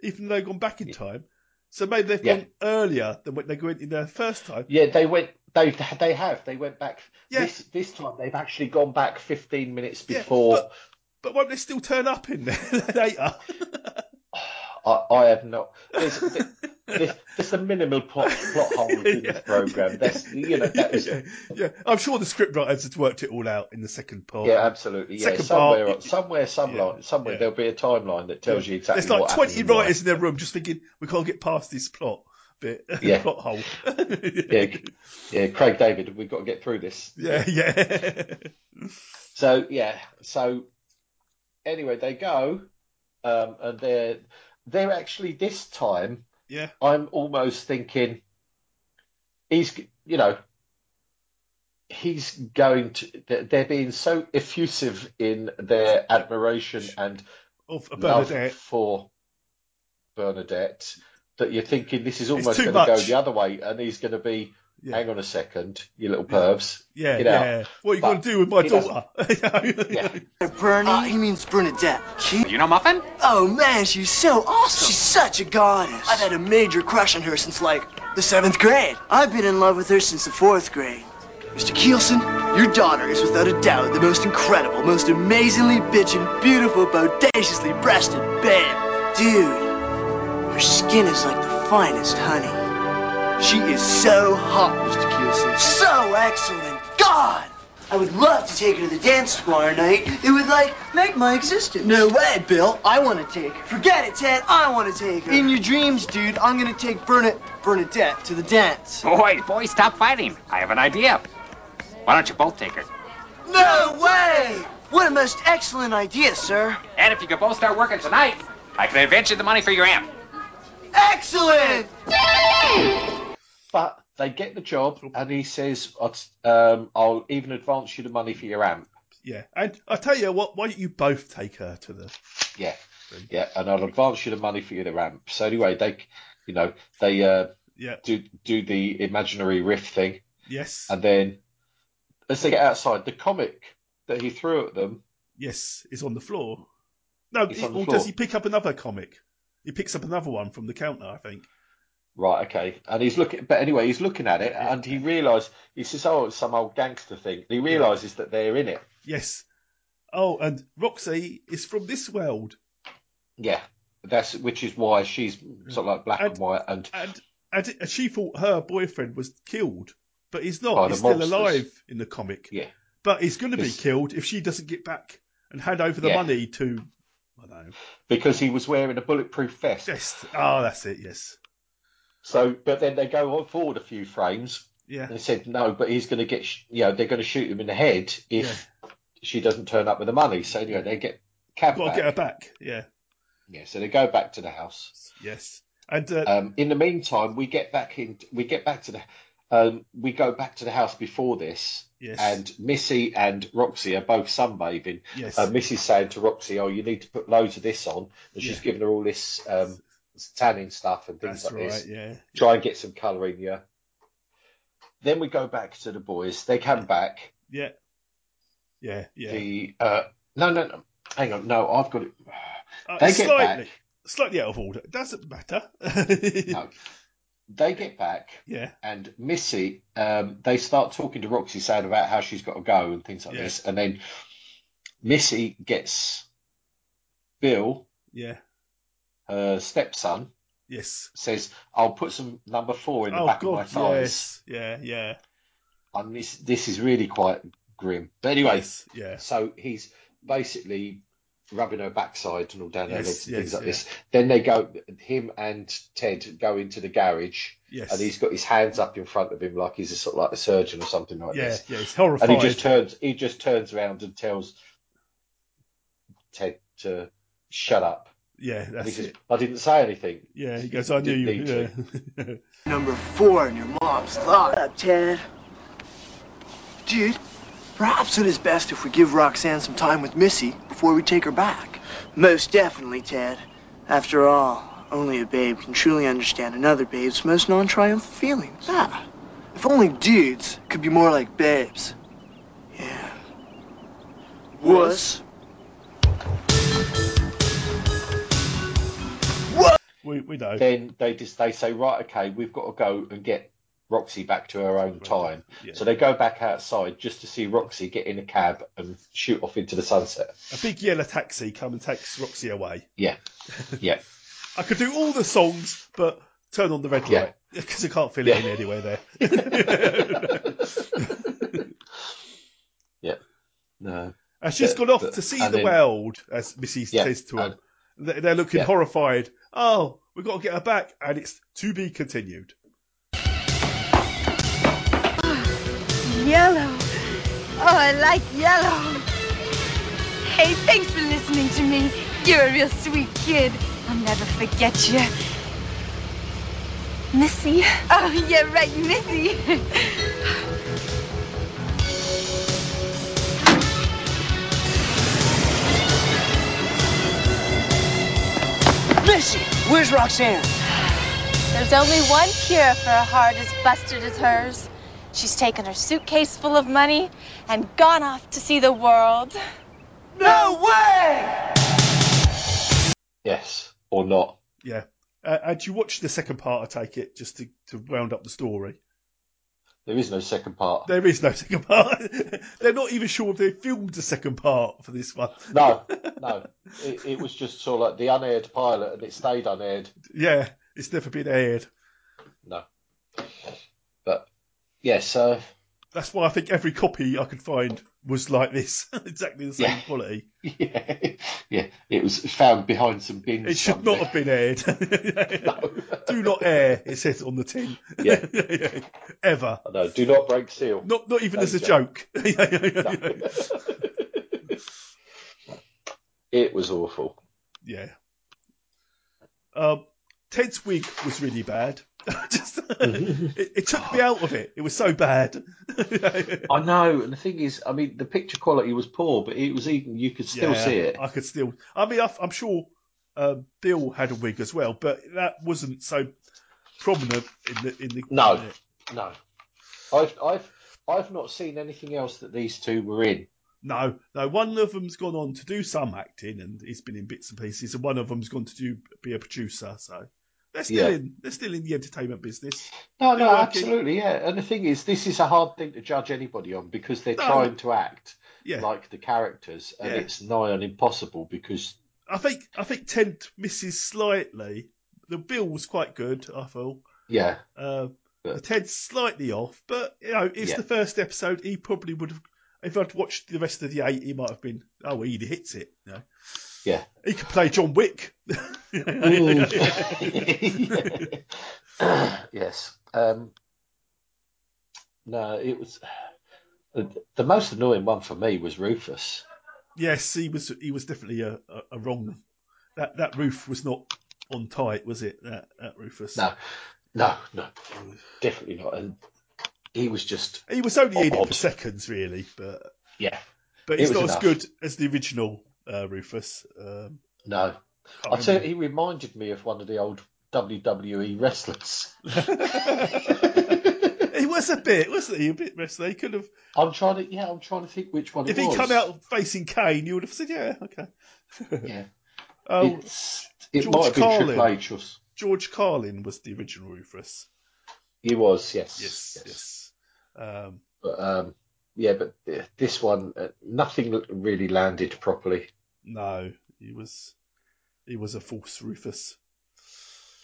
even though they've gone back in
Yeah.
time. So maybe they've
Yeah.
gone earlier than when they went in their first time.
Yeah, they went. They they have. They went back.
Yeah.
This this time they've actually gone back fifteen minutes
Yeah,
before.
But won't they still turn up in there later?
I, I have not. There's, there's, there's a minimal plot plot hole in
Yeah.
this program. That's you know that was
yeah,
yeah,
yeah. I'm sure the scriptwriters had worked it all out in the second part.
absolutely yeah.
Second
somewhere
part-
somewhere some
Yeah,
line, somewhere
yeah.
there'll be a timeline that tells you exactly.
There's like
what
20
happened and why.
writers in their room just thinking, we can't get past this plot bit,
Yeah.
plot hole.
Yeah, yeah, Craig David, we've got to get through this.
yeah, yeah.
So yeah, so anyway, they go, um, and they're they're actually this time.
Yeah.
I'm almost thinking he's you know he's going to they're- they're being so effusive in their admiration and
Of
love
Bernadette.
for Bernadette that you're thinking this is almost
too
going to go
much.
the other way, and he's going to be
Yeah.
hang on a second, you little pervs.
Yeah,
Get out.
yeah. What are you
But
going to do with my
he doesn't.
daughter? You know?
Yeah.
Bernie? he means Bernadette. She,
You know Muffin?
oh man, she's so awesome. She's such a goddess. I've had a major crush on her since like the seventh grade. I've been in love with her since the fourth grade. Mr. Kielsen, your daughter is without a doubt the most incredible, most amazingly bitchin', beautiful, bodaciously breasted babe. Dude, her skin is like the finest honey. She is so hot, Mr. Kielsen. So excellent. God! I would love to take her to the dance tomorrow night. It would, like, make my existence. No way, Bill. I want to take her. Forget it, Ted. I want to take her. In your dreams, dude, I'm going to take Bernadette, Bernadette to the dance.
Boy, boy, stop fighting. I have an idea. Why don't you both take her?
No way! What a most excellent idea, sir.
And if you could both start working tonight, I can advance you the money for your amp.
Excellent!
But they get the job, and he says, "I'll- um, "I'll even advance you the money for your amp."
yeah. And I tell you what, why don't you both take her to the.
Yeah, yeah, and I'll advance you the money for your amp. So anyway, they, you know, they uh,
Yeah.
do do the imaginary riff thing,
Yes.
and then as they get outside, the comic that he threw at them,
yes, is on the floor. No,
It's
it-
on the
or
floor.
does he pick up another comic? He picks up another one from the counter, I think.
right? Okay, and he's looking, but anyway, he's looking at it, and he realised he says, "Oh, it's some old gangster thing." And he realises that they're in it.
Yes. Oh, and Roxy is from this world.
Yeah, that's which is why she's sort of like black and,
Mm. And-
white, and
And, and it- she thought her boyfriend was killed, but he's not.
By the
he's still
monsters.
alive in the comic.
yeah,
But he's going to be
Yes.
killed if she doesn't get back and hand over the
Yeah.
money to. I don't know.
because he was wearing a bulletproof vest.
Yes. Oh, that's it. Yes.
So, but then they go on forward a few frames.
Yeah.
And he said, no, but he's going to get, sh- you know, they're going to shoot him in the head if she doesn't turn up with the money. So, anyway, they get cab
Got to
back.
get her back. Yeah.
Yeah, so they go back to the house.
Yes. And uh,
Um, in the meantime, we get back in, we get back to the, um, we go back to the house before this.
Yes.
And Missy and Roxy are both sunbathing.
yes.
Uh, Missy's saying to Roxy, oh, you need to put loads of this on. And she's
Yeah.
giving her all this um, tanning stuff and things
that's
like
right.
this.
Yeah.
Try and get some colour in you. Then we go back to the boys. They come back.
Yeah. Yeah. Yeah.
the uh, no, no, no. Hang on, no, I've got it.
Uh,
They get
slightly,
back.
slightly out of order. Doesn't matter.
No, they get back,
Yeah.
and Missy, um, they start talking to Roxy, saying about how she's got to go and things like
Yeah.
this, and then Missy gets Bill,
Yeah.
her stepson,
Yes.
says, "I'll put some number four in the
oh
back
God.
of my thighs."
Yes. Yeah. Yeah.
And this, this is really quite grim. But anyway,
Yes. Yeah.
So he's basically rubbing her backside and all down her
Yes,
legs and
yes,
things like
yeah.
this. Then they go, him and Ted go into the garage,
Yes.
and he's got his hands up in front of him like he's a sort of like a surgeon or something like
Yeah.
this.
Yeah. It's
And
horrified.
he just turns, he just turns around and tells Ted to shut up.
yeah.
And he
That's
says,
it.
I didn't say anything.
Yeah. He goes. I knew
Didn't
you.
need
Yeah.
Number four in your mom's thought. Up, Ted. Dude, perhaps it is best if we give Roxanne some time with Missy before we take her back. Most definitely, Ted. After all, only a babe can truly understand another babe's most non-triumphant feelings. Ah, if only dudes could be more like babes. Yeah. Wuss.
we we know.
Then they just they say, right, okay, we've got to go and get Roxy back to her own time.
Yeah.
So they go back outside just to see Roxy get in a cab and shoot off into the sunset.
A big yellow taxi come and takes Roxy away.
Yeah, yeah,
I could do all the songs, but turn on the red
Yeah.
light because I can't fill it in
Yeah.
anywhere there.
yeah. No,
and she's
Yeah,
gone off
but-
to see
and
the
then-
world, as Missy
Yeah,
says to him.
and-
They- They're looking
Yeah.
horrified. Oh, we've got to get her back, and it's to be continued.
Yellow. Oh, I like yellow. Hey, thanks for listening to me. You're a real sweet kid. I'll never forget you.
Missy.
Oh, yeah, right, Missy.
Missy, where's Roxanne?
There's only one cure for a heart as busted as hers. She's taken her suitcase full of money and gone off to see the world.
No way!
Yes, or not.
Yeah. Uh, had you watched the second part, I take it, just to, to round up the story?
There is no second part.
There is no second part. They're not even sure if they filmed a second part for this one.
No, no. It, it was just sort of like the unaired pilot, and it stayed unaired.
Yeah, it's never been aired.
No. But yeah, so
That's why I think every copy I could find was like this, exactly the same
Yeah.
quality.
yeah, yeah, it was found behind some bins.
It should not
somewhere.
have been aired. Do not air, it says on the tin.
Yeah.
Ever.
I know. Do not break seal.
Not not even
No
as a
joke.
joke. Yeah, yeah,
No.
yeah, yeah.
it was awful.
Yeah. Um, Ted's wig was really bad. Just, it, it took
Ah.
me out of it. It was so bad.
I know, and the thing is, I mean, the picture quality was poor, but it was even you could still
Yeah,
see it.
I could still. I mean, I, am sure um, Bill had a wig as well, but that wasn't so prominent in the in the.
No.
in it.
No, I've I've I've not seen anything else that these two were in.
no, no. One of them's gone on to do some acting, and he's been in bits and pieces, and one of them's gone to do be a producer. So they're still
Yeah.
in. They're still in the entertainment business.
No,
They're
no,
working.
absolutely, yeah. And the thing is, this is a hard thing to judge anybody on because they're
No.
trying to act
Yeah.
like the characters, and
Yeah.
it's nigh on impossible because
I think I think Ted misses slightly. The bill was quite good, I feel.
yeah,
Uh,
But-
the Ted's slightly off, but you know it's
Yeah.
the first episode. He probably would have. If I'd watched the rest of the eight, he might have been. Oh, he hits it. You know?
Yeah.
he could play John Wick.
Mm. yes. Um, no, it was the, the most annoying one for me was Rufus.
yes, he was. He was definitely a, a, a wrong. That that roof was not on tight, was it? That that Rufus.
No, no, no, definitely not. And he was just
He was only in it for
Odd.
seconds, really, but
yeah,
but
It
it's
was
not as
enough.
good as the original uh, Rufus. Um,
no.
can't
I tell you,
remember.
he reminded me of one of the old WWE wrestlers.
He was a bit, wasn't he? A bit wrestler. He could have.
I'm trying to yeah, I'm trying to think which one
If
it
he
was.
come out facing Kane, you would have said, "Yeah, okay."
yeah,
Oh,
it's, it
George
might have been Triple
Carlin.
H. or s-
George Carlin was the original Rufus.
He was yes,
Yes, yes. Um,
But um, yeah, but th- this one, uh, nothing really landed properly.
no, he was. He was a false Rufus.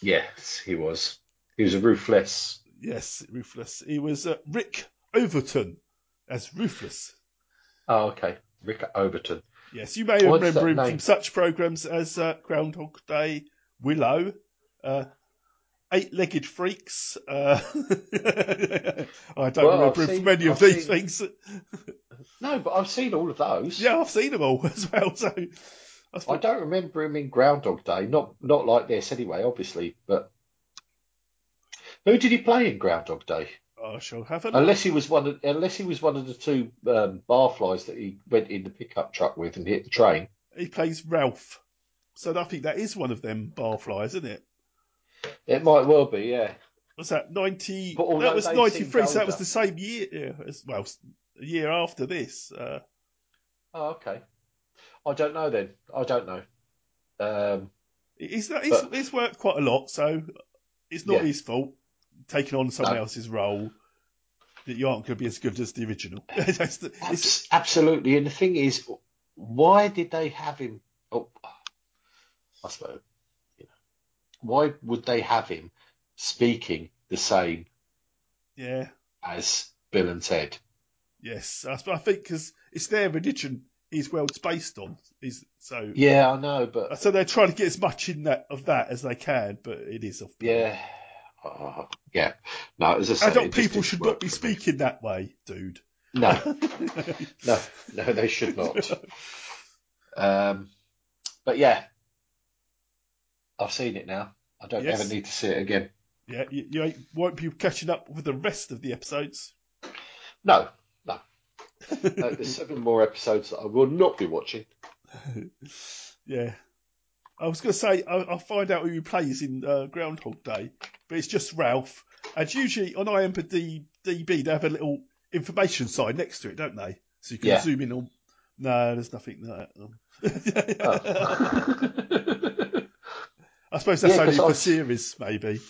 Yes, he was. He was a ruthless.
Yes, ruthless. He was uh, Rick Overton as ruthless.
Oh, okay. Rick Overton.
Yes, you may
What's
remember
that
him from
name?
such programs as uh, Groundhog Day, Willow, uh, Eight Legged Freaks. Uh, I don't
Well,
remember
I've
him from
seen-
any of
I've
these
seen-
things.
No, but I've seen all of those.
Yeah, I've seen them all as well. So I
I
suppose-
don't remember him in Groundhog Day. Not not like this anyway, obviously. But who did he play in Groundhog Day?
I shall have a look.
Unless he was one of, unless he was one of the two um, barflies that he went in the pickup truck with and hit the train.
He plays Ralph. So I think that is one of them barflies, isn't it?
It might well be, yeah.
Was that 90?
But although
That was
they seem
93, so that was
older.
the same year. Yeah, as, well, a year after this. Uh,
Oh, okay. I don't know then. I don't know. Um,
He's, he's,
But-
he's worked quite a lot, so it's not
Yeah.
his fault taking on someone
No.
else's role that you aren't going to be as good as the original. That's the- it's-
abs- absolutely. And the thing is, why did they have him? Oh, I suppose. You know, why would they have him speaking the same
yeah,
as Bill and Ted?
yes. I, sp- I think because it's their religion his world's based on. Is so
Yeah, I know, but
so they're trying to get as much in that of that as they can, but it is off.
yeah, oh, yeah. No, as I say,
Adult
it just
people
didn't
should
work
not be
for me.
speaking that way, dude.
No, no, no, they should not. Um, but yeah, I've seen it now. I don't
Yes.
ever need to see it again.
yeah, you, you ain't- won't be catching up with the rest of the episodes.
No, uh, no. no there's seven more episodes that I will not be watching.
Yeah. I was going to say, I, I'll find out who he plays in uh, Groundhog Day, but it's just Ralph. And usually on IMDb, they have a little information sign next to it, don't they? So you can
Yeah.
zoom in on. No, there's nothing there.
Oh.
I suppose that's
Yeah,
only
'cause
for
I've-
series, maybe.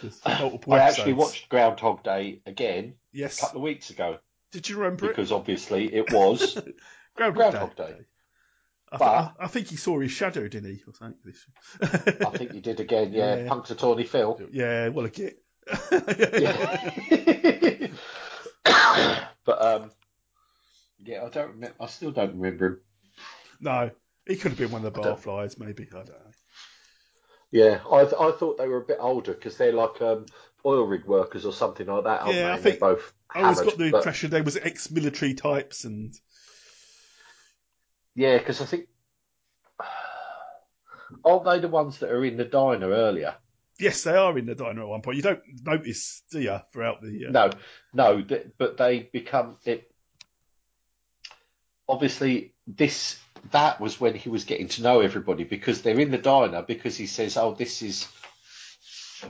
'cause for multiple
I actually
episodes.
watched Groundhog Day again a
Yes.
couple of weeks ago
Did you remember it?
because obviously it was. Groundhog Day.
I, thi-
But-
I, I think he saw his shadow, didn't he? Or something. This-
I think you did again, yeah.
Yeah.
Punk's a tawny Phil.
yeah, well, a git.
Yeah. but um, yeah, I don't remember. I still don't remember him.
no, he could have been one of the
I don't-
barflies, maybe. I don't know.
Yeah, I th- I thought they were a bit older because they're like um, oil rig workers or something like that. Aren't
Yeah, I
they? And they're
think-
both.
I always
hammered,
got the
but-
impression they was ex-military types, and
Yeah, because I think aren't they the ones that are in the diner earlier?
yes, they are in the diner at one point. You don't notice, do you, throughout the? Uh,
No, no, th- but they become it. Obviously, this that was when he was getting to know everybody because they're in the diner because he says, "Oh, this is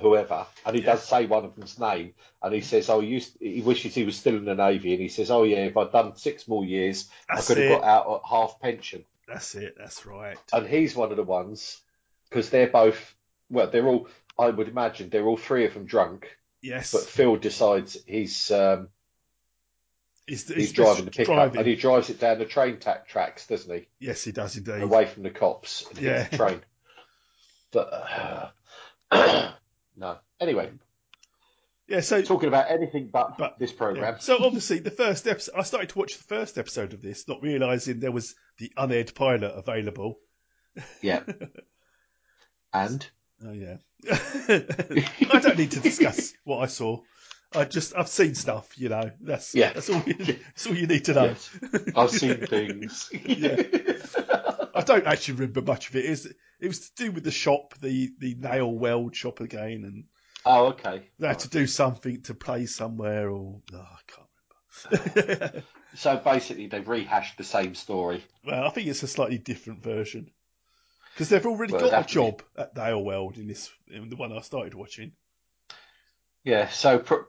whoever," and he does say one of them's name, and he says, "Oh, you." He wishes he was still in the navy, and he says, "Oh yeah, if I'd done six more years,
That's
I could
it.
have got out at half pension."
That's it. That's right.
and he's one of the ones because they're both well they're all i would imagine they're all three of them drunk
Yes,
but phil decides he's um,
he's,
he's,
he's
driving the
just
pickup
driving.
and he drives it down the train tack tracks doesn't he
Yes, he does indeed.
away from the cops and hits
Yeah.
the train but uh, no anyway
Yeah, so
talking about anything but,
But-
this
Yeah.
program
So obviously, the first episode, I started to watch the first episode of this, not realizing there was the unaired pilot available.
yeah, and
Oh yeah, I don't need to discuss what I saw. I just I've seen stuff, you know. That's
Yeah.
That's all. You, that's all you need to know.
Yes. i've seen things
I don't actually remember much of it. It was, it was to do with the shop, the the nail weld shop again, and
oh okay
they had to do something to play somewhere, or oh, I can't
Ah.
remember.
so basically they've rehashed the same story
Well, I think it's a slightly different version because they've already
Well, it'd
got
have
a
to be-
job at Dale Weld in this in the one I started watching.
Yeah, so per-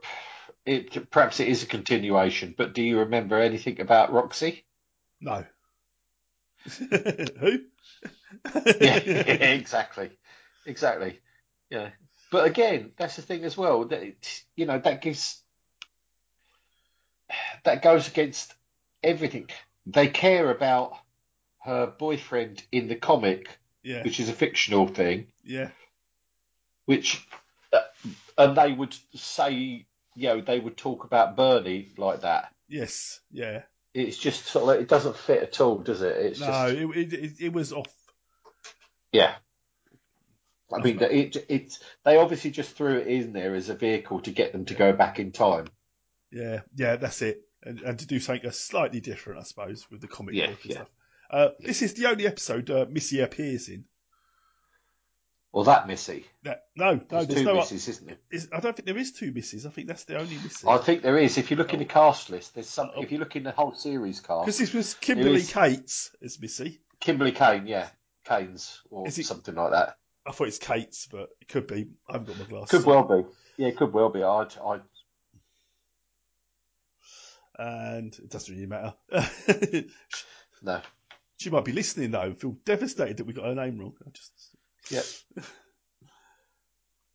it, perhaps it is a continuation, but do you remember anything about Roxy?
No. Who?
Yeah, exactly. Exactly. Yeah. But again, that's the thing as well. That it, you know, that gives that goes against everything. They care about her boyfriend in the comic,
Yeah,
which is a fictional thing,
yeah,
which uh, and they would say, you know, they would talk about Bernie like that.
yes, yeah.
it's just sort of like, it doesn't fit at all, does it? It's
No,
just
it, it it- it was off.
yeah. I mean, it it's they obviously just threw it in there as a vehicle to get them to go back in time.
Yeah, yeah, that's it. And, and to do something slightly different, I suppose, with the comic
Yeah,
book and
yeah.
stuff. Uh, this is the only episode uh, Missy appears in.
Well, that Missy,
That, no, no,
there's
there's
two
no.
Misses, isn't there?
is- I don't think there is two Misses. I think that's the only Missy.
I think there is. If you look in the cast list, there's some. If you look in the whole series
Because
cast,
Oh. this was Kimberly
is-
Cates as Missy.
Kimberly Kane, yeah, Kane's or
Is it-
something like that.
I thought it's Kate's, but it could be. I haven't got my glasses.
Could
on.
well be. Yeah, could well be. I, I
And it doesn't really matter.
no.
she might be listening though. and Feel devastated that we got her name wrong. I just.
Yep.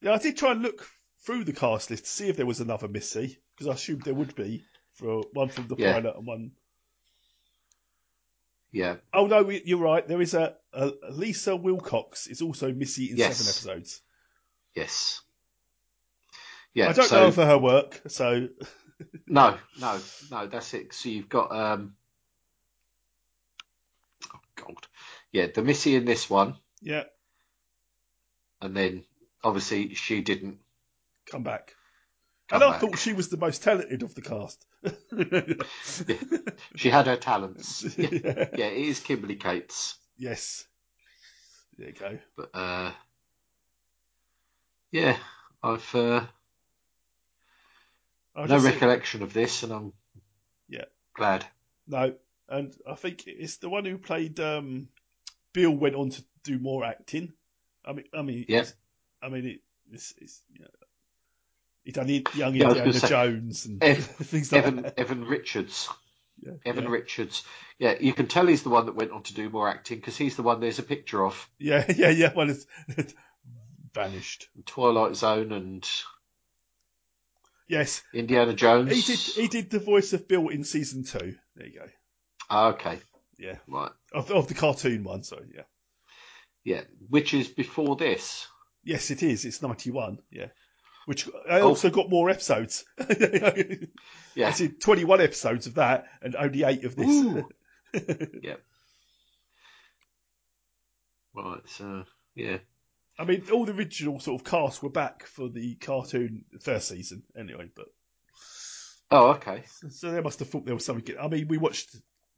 Yeah, I did try and look through the cast list to see if there was another Missy because I assumed there would be for one from the
Yeah.
pilot and one.
Yeah.
Oh no, we- you're right. There is a, a a Lisa Wilcox is also Missy in
Yes.
seven episodes.
Yes. Yeah.
I don't
so-
know for her work, so
No, no, no. That's it. So you've got um. Oh God, yeah, the Missy in this one,
yeah,
and then obviously she didn't.
come back.
Come
and I
back.
thought she was the most talented of the cast.
She had her talents. Yeah, yeah, it is Kimberly Cates,
Yes. There you go.
but uh, yeah, I've uh,
I
no
just think-
recollection of this, and I'm
Yeah.
glad.
No, and I think it's the one who played um, Bill went on to do more acting. I mean, I mean,
Yeah.
it's- I mean, it, it's, it's you know, he done it- young
Yeah, I was
Indiana
gonna say,
Jones and
Ev-
things like
Evan
that.
Evan Richards.
Yeah,
Evan
yeah.
Richards. Yeah, you can tell he's the one that went on to do more acting because he's the one there's a picture of
yeah, yeah, yeah. Well, it's, it's vanished.
Twilight Zone and
Yes,
Indiana Jones.
he did. He did the voice of Bill in season two. There you go.
Ah, okay,
Yeah,
right.
of, of the cartoon one. So yeah,
Yeah, which is before this.
yes, it is. It's ninety one. Yeah, which I
Oh.
also got more episodes.
Yeah,
I see 21 episodes of that and only eight of this.
Ooh. yeah. Right. So yeah,
I mean, all the original sort of cast were back for the cartoon first season, anyway. But
Oh, okay.
so they must have thought there was something. I mean, we watched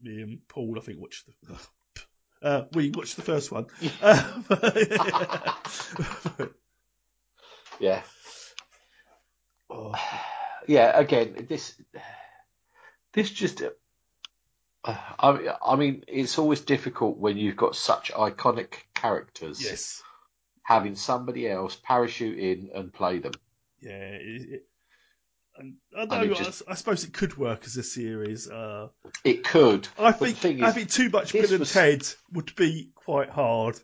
me and Paul. I think watched the. Uh, we watched the first one. Um,
Yeah.
oh,
Yeah, again, this this just uh, I I mean, it's always difficult when you've got such iconic characters
yes,
having somebody else parachute in and play them.
yeah. It, it, and I
And it
know. I
just-
s- I, suppose it could work as a series. Uh,
It could.
I
but the
think.
thing
I
is-
think too much
this
Bill and
was-
Ted would be quite hard.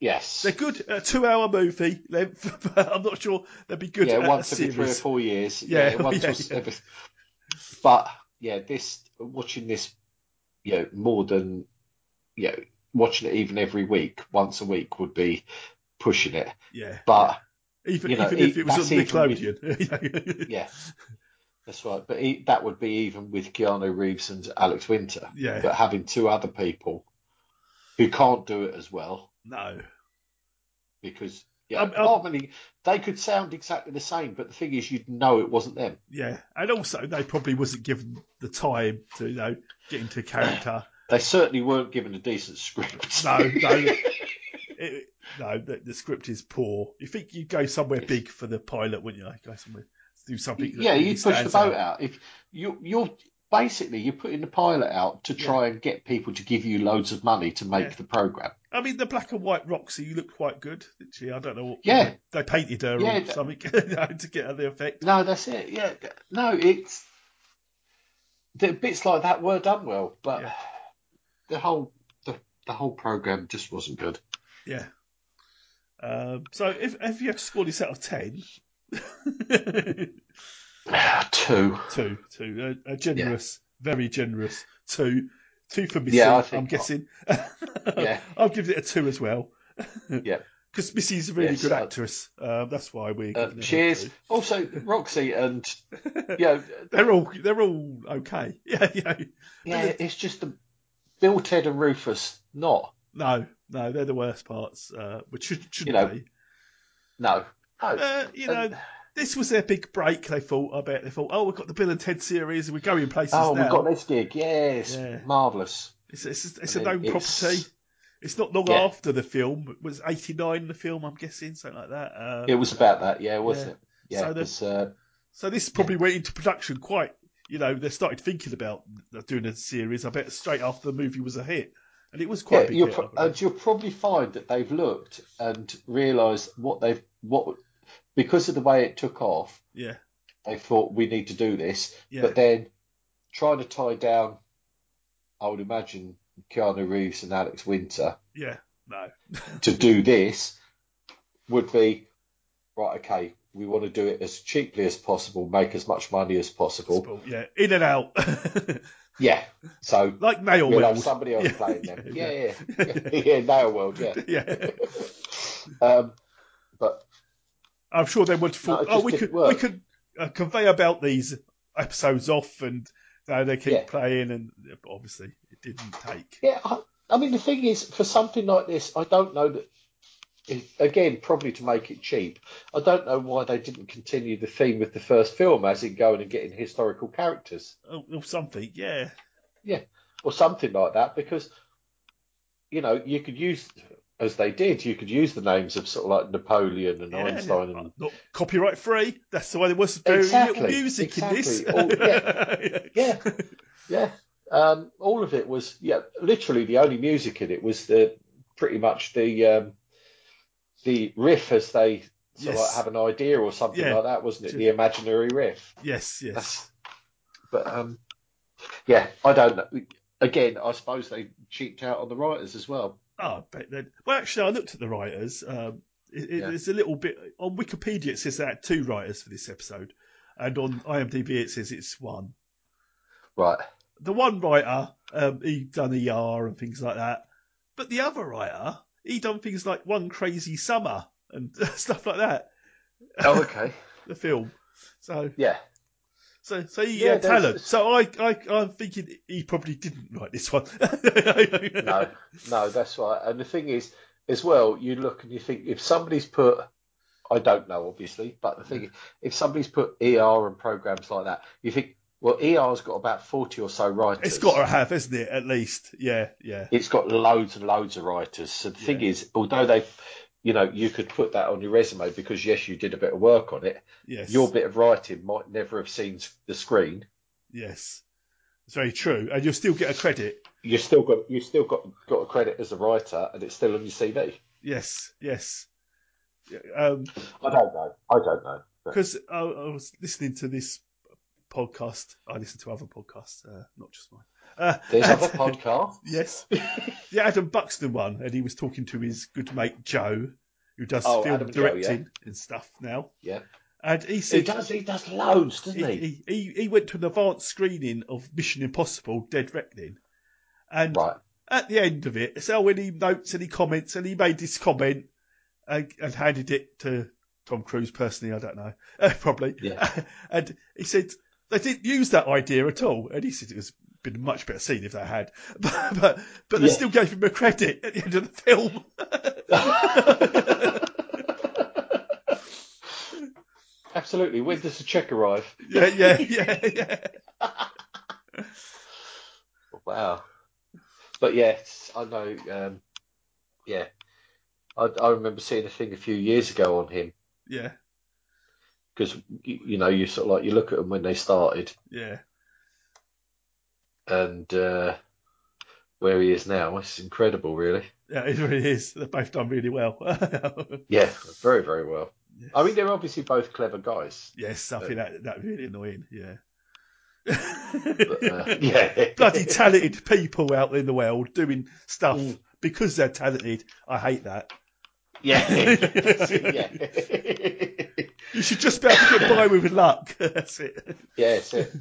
Yes.
They're good at a two-hour movie length, but I'm not sure they'd be good
yeah,
at
once
a
every
series.
three or four years.
Yeah,
once
yeah,
or
yeah.
every- But yeah, this watching this, you know, more than you know, watching it even every week, once a week would be pushing it.
Yeah,
But
even
you know,
even if
it-
it was on
that's even with-
Nickelodeon. yeah.
yeah, that's right. But e that would be even with Keanu Reeves and Alex Winter.
Yeah.
But having two other people who can't do it as well
No.
because yeah,
Um, um,
normally they could sound exactly the same, but the thing is, you'd know it wasn't them.
Yeah, and also they probably wasn't given the time to you know get into character.
They certainly weren't given a decent script.
No, no. It, no, the, the script is poor. You think you'd go somewhere big for the pilot, wouldn't you? Like, Go somewhere, do something. that
yeah,
really
you push the
stands
boat
out.
out. If you you're basically you're putting the pilot out to try and get people to give you loads of money to make
Yeah.
the program.
I mean, the black and white Roxy looked quite good. Actually, I don't know. What,
Yeah.
they painted her
Yeah,
or
that-
something you know, to get her the effect.
No, that's it. Yeah, no, it's the bits like that were done well, but
Yeah.
the whole the, the whole program just wasn't good.
Yeah. Um, so if if you have to score this out of ten,
Two.
two, two, a, a generous, very generous two, two for Missy.
Yeah, I
I'm
think-
guessing.
Yeah.
I'll give it a two as well.
Yeah.
because Missy's a really
Yes,
good
I-
actress. Um, that's why we're.
Uh,
giving her a
she is
two. Oh,
also Roxy, and you know,
They're all they're all okay. Yeah, yeah.
yeah, it's just the Bill, Ted, and Rufus. Not
No, no, they're the worst parts, uh, which should, shouldn't
You know,
be.
no, no.
Uh, you know,
and-
this was their big break. They thought, I bet they thought, oh, we've got the Bill and Ted series, and we're going places
oh,
now.
we've got this gig. Yes,
Yeah.
marvelous.
It's, it's, it's a
I
known
mean, it's-
property. It's not long
Yeah.
after the film. It was 89 the film, I'm guessing, something like that. Uh,
It was about that, yeah, wasn't
Yeah.
it? Yeah,
So
it
the-
was, uh,
So this probably went into production quite, you know, they started thinking about doing a series, I bet, straight after the movie was a hit. And it was quite a
yeah.
big
You'll,
hit,
pro- uh,
I believe.
and you'll probably find that they've looked and realised what they've what because of the way it took off.
Yeah.
They thought we need to do this,
Yeah.
but then trying to tie down, I would imagine Keanu Reeves and Alex Winter
Yeah, no.
to do this would be right. Okay, we want to do it as cheaply as possible, make as much money as possible.
Well, yeah, in and out.
Yeah, so
like Nail
We'll have
World.
somebody else
Yeah,
playing them.
yeah,
Yeah, yeah, yeah, yeah. Nail World, yeah.
Yeah.
Um, but
I'm sure they would
No,
thought,
it
oh,
just
we
didn't
could, we
work.
could uh, convey about these episodes off and uh, they keep
Yeah.
playing. And obviously, it didn't take.
yeah, I, I mean the thing is, for something like this, I don't know that. Again, probably to make it cheap. I don't know why they didn't continue the theme with the first film, as in going and getting historical characters
Or, or Oh, something, yeah.
or something like that, because you know you could use. As they did, you could use the names of sort of like Napoleon and
Yeah, Uh,
Einstein and
Not copyright free. That's the way there was very
Exactly,
little music in this.
exactly. Oh, yeah, yeah. Um, all of it was yeah. Literally, the only music in it was the pretty much the um, the riff as they sort
Yes.
of like have an idea or something
Yeah.
like that, wasn't it? The imaginary riff.
Yes, yes.
But um, yeah, I don't know. Again, I suppose they cheaped out on the writers as well.
Oh, I bet they Well, actually, I looked at the writers. Um, it, it,
Yeah.
It's a little bit on Wikipedia. It says there are two writers for this episode, and on IMDb it says it's one.
Right.
The one writer, um, he done ER and things like that, but the other writer, he done things like One Crazy Summer and stuff like that.
Oh, okay.
The film. So,
yeah.
so, so he
Yeah,
had
there's-
talent. So I, I, I'm thinking he probably didn't write this one. no.
No, no, that's right. And the thing is, as well, you look and you think if somebody's put, I don't know, obviously, but the
Mm.
thing is, if somebody's put ER and programs like that, you think, well, ER's got about 40 or so writers.
It's got to have, isn't it? At least, yeah, yeah.
it's got loads and loads of writers. So the thing
Yeah.
is, although they, you know, you could put that on your resume because yes, you did a bit of work on it.
Yes.
Your bit of writing might never have seen the screen.
Yes. It's very true. And you'll still get a credit.
You still got you still got got a credit as a writer, and it's still on your CV.
Yes, yes. Um,
I don't know. I don't know. But-
because I, I was listening to this podcast. I listen to other podcasts, uh, not just mine. Uh,
There's other podcasts.
yes, the Adam Buxton one, and he was talking to his good mate Joe, who does
Oh,
film
Adam Joe,
directing
yeah.
and stuff now.
Yeah.
And he
He
said
does. He does loads, doesn't he?
he, he, he went to an advanced screening of Mission Impossible: Dead Reckoning, and
Right.
at the end of it, it's how any notes, any comments, and he made this comment and, and handed it to Tom Cruise personally. I don't know, uh, probably.
Yeah.
and he said they didn't use that idea at all, and he said it was been a much better scene if they had, but but, but they
Yeah.
still gave him a credit at the end of the film.
Absolutely. When does the check arrive?
yeah, yeah, yeah, yeah.
Wow. But yes, I know. Um, yeah, I, I remember seeing a thing a few years ago on him
Yeah,
because you, you know you sort of like you look at them when they started
yeah,
and uh, where he is now. It's incredible, really.
yeah. It really is. They've both done really well.
Yeah, very very well.
Yes.
I mean, they're obviously both clever guys.
yes, I think that that really annoying. Yeah.
But, uh, yeah,
bloody talented people out in the world doing stuff
Mm.
because they're talented. I hate that.
yeah, yeah.
You should just be able to get by with luck. That's it.
Yeah, that's it.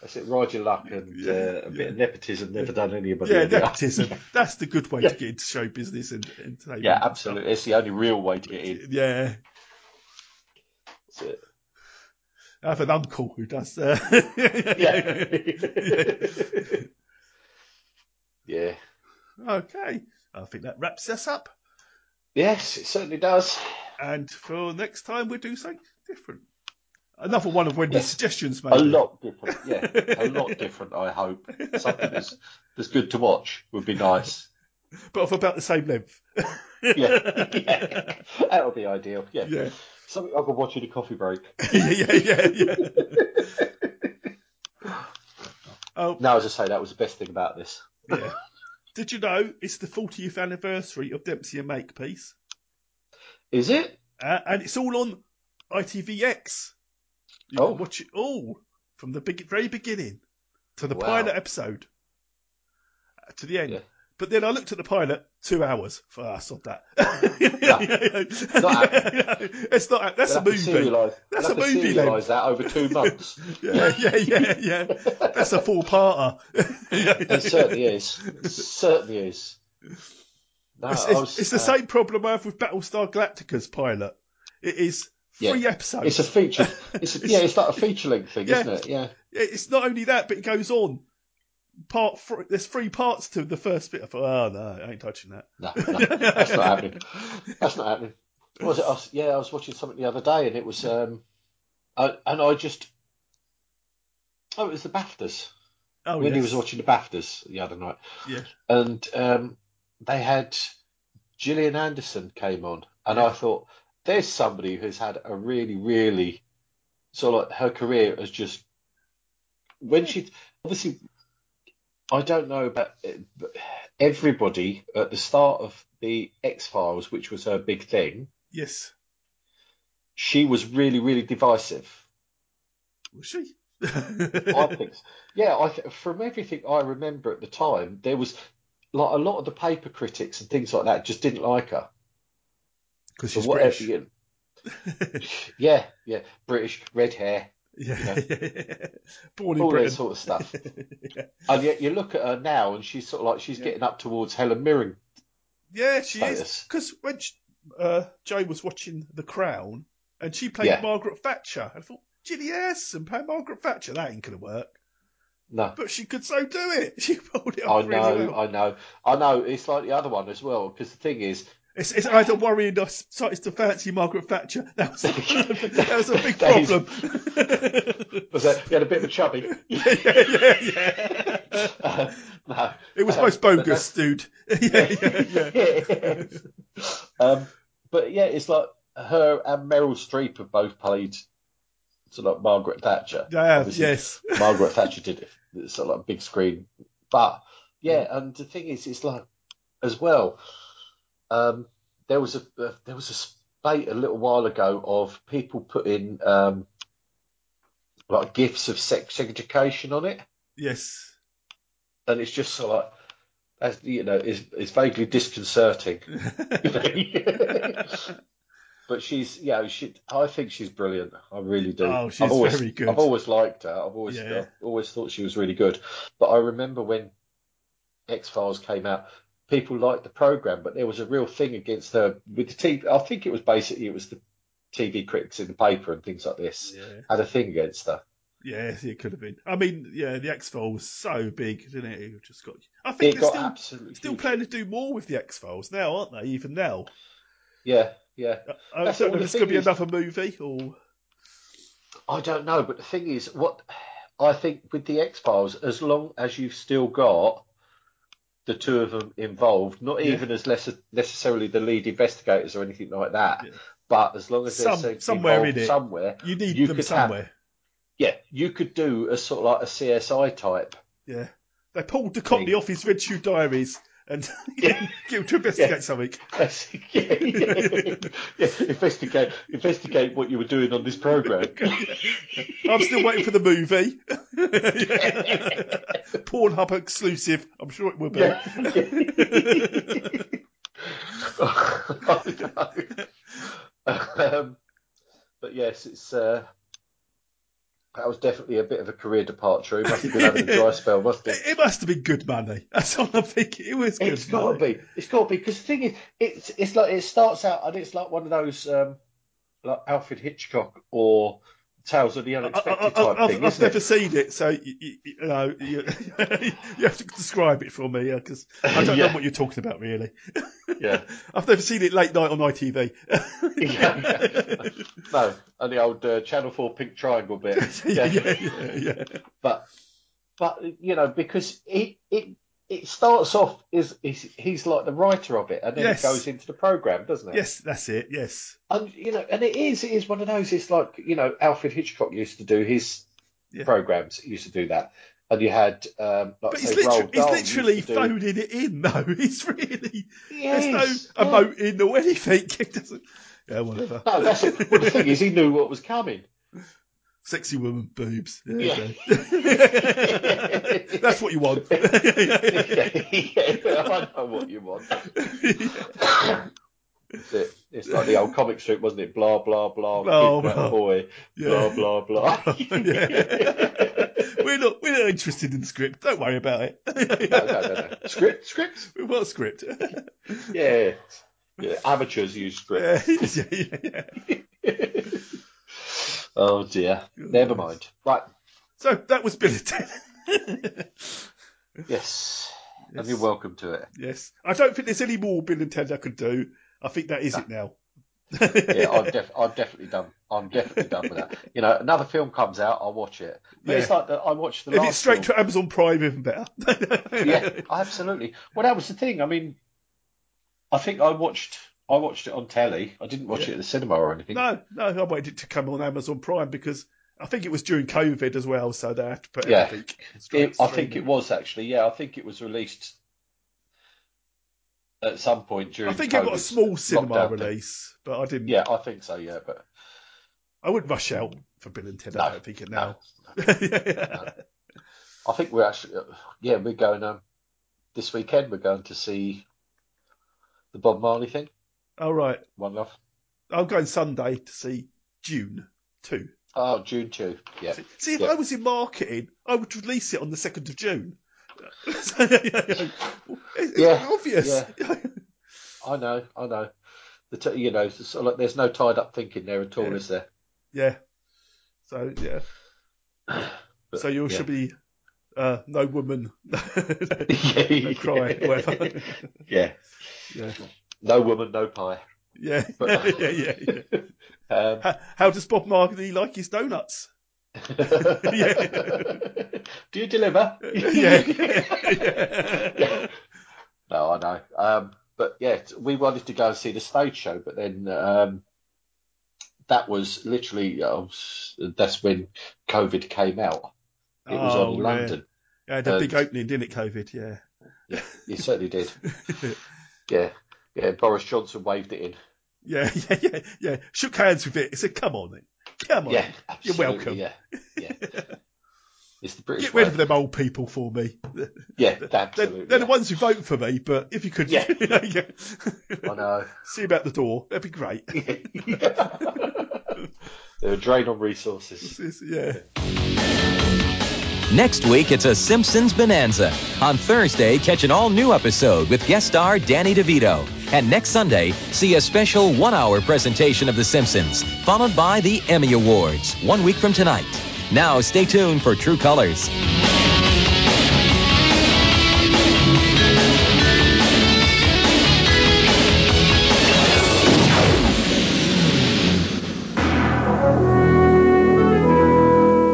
That's it. Ride your luck and
Yeah,
uh, a bit of nepotism never done anybody.
yeah,
any harm.
nepotism. That's the good way
Yeah.
to get into show business and entertainment.
Yeah,
and
absolutely. It's the only real way to get in.
stuff. Yeah,
That's it.
I have an uncle who does. that.
Yeah. yeah.
Okay, I think that wraps us up.
Yes, it certainly does.
And for next time, we'll do something different. Another one of Wendy's
Yes.
suggestions, maybe.
A lot different. Yeah, a lot different, I hope. Something that's, that's good to watch would be nice.
but of about the same length.
Yeah. yeah. That would be ideal. Yeah.
Yeah.
Something I could watch in a coffee break.
yeah, yeah, yeah, yeah. oh,
Now, as I say, that was the best thing about this.
yeah. Did you know it's the 40th anniversary of Dempsey and Makepeace?
Is it?
Uh, and it's all on ITVX. You
Oh.
can watch it all from the big, very beginning to the
Wow.
pilot episode uh, to the end.
Yeah.
But then I looked at the pilot, two hours. For us on that.
Not
it's not. hap- That's
We'll
a
have to
movie.
serialise-
That's
we'll
a
have to
movie, then.
serialise that over two months.
Yeah, yeah, yeah, yeah. That's a full parter.
It certainly is. It certainly is. No,
It's,
I
it's-
was,
it's the
uh,
same problem I have with Battlestar Galactica's pilot. It is three
Yeah.
episodes.
It's a feature. It's a, yeah, it's like a feature length thing,
Yeah.
isn't it? Yeah.
It's not only that, but it goes on. Part three, there's three parts to the first bit. I thought, oh no, I ain't touching that.
No, no, that's not happening. That's not happening. What was it? I was, yeah, I was watching something the other day, and it was, um, I, and I just, oh, it was the Baftas.
Oh,
when he
yes.
was watching the Baftas the other night,
Yeah.
and um, they had Gillian Anderson came on, and I thought, there's somebody who's had a really, really sort of like her career has just when she obviously. I don't know about but everybody at the start of the X Files, which was her big thing.
Yes.
She was really, really divisive.
Was she?
I think, yeah, I th- from everything I remember at the time, there was like a lot of the paper critics and things like that just didn't like her.
Because
For
she's
whatever,
British.
you know. yeah, yeah, British, red hair,
Yeah. Born in
all that
Britain.
sort of stuff. and yet you look at her now, and she's sort of like she's getting up towards Helen Mirren.
Yeah, she is.
status.
Because when she, uh, Jane was watching The Crown, and she played
Yeah.
Margaret Thatcher, I thought, Gilly S and play Margaret Thatcher, that ain't going to work.
No,
But she could so do it. She pulled it
I
off
know,
really well.
I know, I know. It's like the other one as well. Because the thing is,
It's, it's either worrying us, so it's to fancy Margaret Thatcher. That was, that was a big
That is-
problem.
was that you had a bit of a chubby? Uh,
yeah, yeah, yeah.
no,
It was
um,
most
but
bogus, dude. yeah, yeah, yeah.
um, but yeah, it's like her and Meryl Streep have both played sort of like Margaret Thatcher.
They have,
Obviously,
yes.
Margaret Thatcher did it sort of like big screen. But yeah, and the thing is, it's like as well. Um, there was a uh, there was a spate a little while ago of people putting um, like gifts of sex education on it
Yes.
and it's just sort of like, as you know, it's, it's vaguely disconcerting. but she's, you know, she, I think she's brilliant. I really do.
Oh, she's
I've always,
very good.
I've always liked her. I've always,
Yeah.
I've always thought she was really good. But I remember when X Files came out, people liked the program, but there was a real thing against her with the TV. I think it was basically it was the TV critics in the paper and things like this
Yeah.
had a thing against her.
Yes, it could have been. I mean, yeah, the X Files was so big, didn't it? It just got. I think
It
they're
got
still,
absolutely
still
huge.
planning to do more with the X Files now, aren't they? Even now, Uh,
Yeah, yeah.
I
That's
don't know
all
if
the
it's going to
thing
be
is-
another movie or.
I don't know, but the thing is, what I think with the X Files, as long as you've still got the two of them involved, not
Yeah.
even as less, necessarily the lead investigators or anything like that, but as long as they're
Some-
so
somewhere
involved
in it.
somewhere,
You need
You
them
could have-
somewhere.
yeah, you could do a sort of like a CSI type.
Yeah, they pulled the Cockney
Yeah.
off his Red Shoe Diaries and
Yeah.
get him to investigate
Yeah.
something.
yeah, yeah. Yeah, investigate, investigate what you were doing on this program.
I'm still waiting for the movie. Pornhub exclusive. I'm sure it will be.
Yeah. um, but yes, it's uh, that was definitely a bit of a career departure. He must have been having a dry spell, must
It,
he?
it must have been good money. That's all I'm thinking. It was good
It's got to
money.
be. It's got to be because the thing is, it's it's like it starts out and it's like one of those um, like Alfred Hitchcock or Tales of the
I,
Unexpected
I,
type
I, I've,
thing,
I've
isn't
never
it?
seen it, so you, you, you know you, you have to describe it for me because I don't
Yeah.
know what you're talking about really.
Yeah.
I've never seen it late night on ITV.
Yeah, No, and the old uh, Channel Four pink triangle bit.
yeah, yeah, yeah, yeah.
but but you know because it it it starts off is he's, he's like the writer of it and then
Yes.
it goes into the program doesn't it
Yes, that's it. Yes,
and you know and it is it is one of those it's like you know alfred hitchcock used to do his
Yeah.
programs he used to do that and you had um like
but
say
he's literally,
Roald
he's
Dahl
literally
used to do-
phoning it in, though. He's really
Yes,
there's no emoting or anything. It doesn't. Yeah, whatever.
yeah. no that's it. well the thing is he knew what was coming
Sexy woman boobs. There you go.
Yeah.
that's what you want.
yeah, I know what you want That's it. it's like the old comic strip wasn't it blah blah blah
Blah,
kidnap
blah.
boy
Yeah.
blah blah blah
We're not we're not interested in script. Don't worry about it.
no, no, no, no. Script, script.
We want script.
Yeah. yeah. Amateurs use
Yeah,
script.
yeah, yeah, yeah.
oh dear. Never mind. Right.
So that was Bill and Ted.
Yes. And you're welcome to it.
yes, I don't think there's any more Bill and Ted I could do. I think that is it now.
Yeah, I'm, def- I'm definitely done. I'm definitely done with that. You know, another film comes out, I'll watch it. But it's
Yeah.
like the, I watched the
If
last
it's straight
film.
to Amazon Prime, even better.
yeah, absolutely. Well, that was the thing. I mean, I think I watched I watched it on telly. I didn't watch it at the cinema or anything.
No, no, I waited to come on Amazon Prime because I think it was during COVID as well, so they had to put
Yeah.
everything.
It, I think it was actually. Yeah, I think it was released at some point during.
I think it got a
COVID's
small cinema
lockdown.
release, but I didn't.
Yeah, I think so. Yeah, but
I wouldn't rush out for Bill and Ted. I
No,
don't think it now.
no, uh, I think we're actually. uh, Yeah, we're going. Um, this weekend we're going to see the Bob Marley thing.
All right,
One love.
I'm going Sunday to see June two.
Oh, June two. Yeah.
See, if
Yeah.
I was in marketing, I would release it on the second of June. It's
Yeah,
obvious.
yeah. I know. I know. The t- you know, it's sort of like there's no tied up thinking there at all,
Yeah.
is there?
Yeah. So yeah.
But,
so you
yeah.
should be uh, no woman.
yeah.
cry, whatever.
yeah.
yeah.
No woman, no pie.
Yeah. yeah.
But-
Yeah. Yeah.
Um,
How, how does Bob Marley like his donuts?
Do you deliver?
yeah. yeah.
No, I know. Um, but yeah, t- we wanted to go and see the stage show, but then um, that was literally uh, s- that's when COVID came out. It was
Oh,
on in
yeah.
London.
Yeah, it had a big
And-
opening, didn't it? COVID. Yeah.
It certainly did. yeah, yeah. Boris Johnson waved it in.
Yeah. Yeah. Yeah. Yeah. Shook hands with it. He said, "Come on, then. Come on.
yeah,
You're
absolutely,
welcome.
Yeah, yeah. it's the British.
Get rid
way.
of them old people for me.
Yeah,
They're,
absolutely.
they're the
yeah.
ones who vote for me, but if you could
Yeah.
yeah.
I know.
see about the door, that'd be great.
They're a drain on resources.
It's- yeah.
Next week, it's a Simpsons Bonanza. On Thursday, catch an all new episode with guest star Danny DeVito. And next Sunday, see a special one hour presentation of The Simpsons, followed by the Emmy Awards, one week from tonight. Now, stay tuned for True Colors.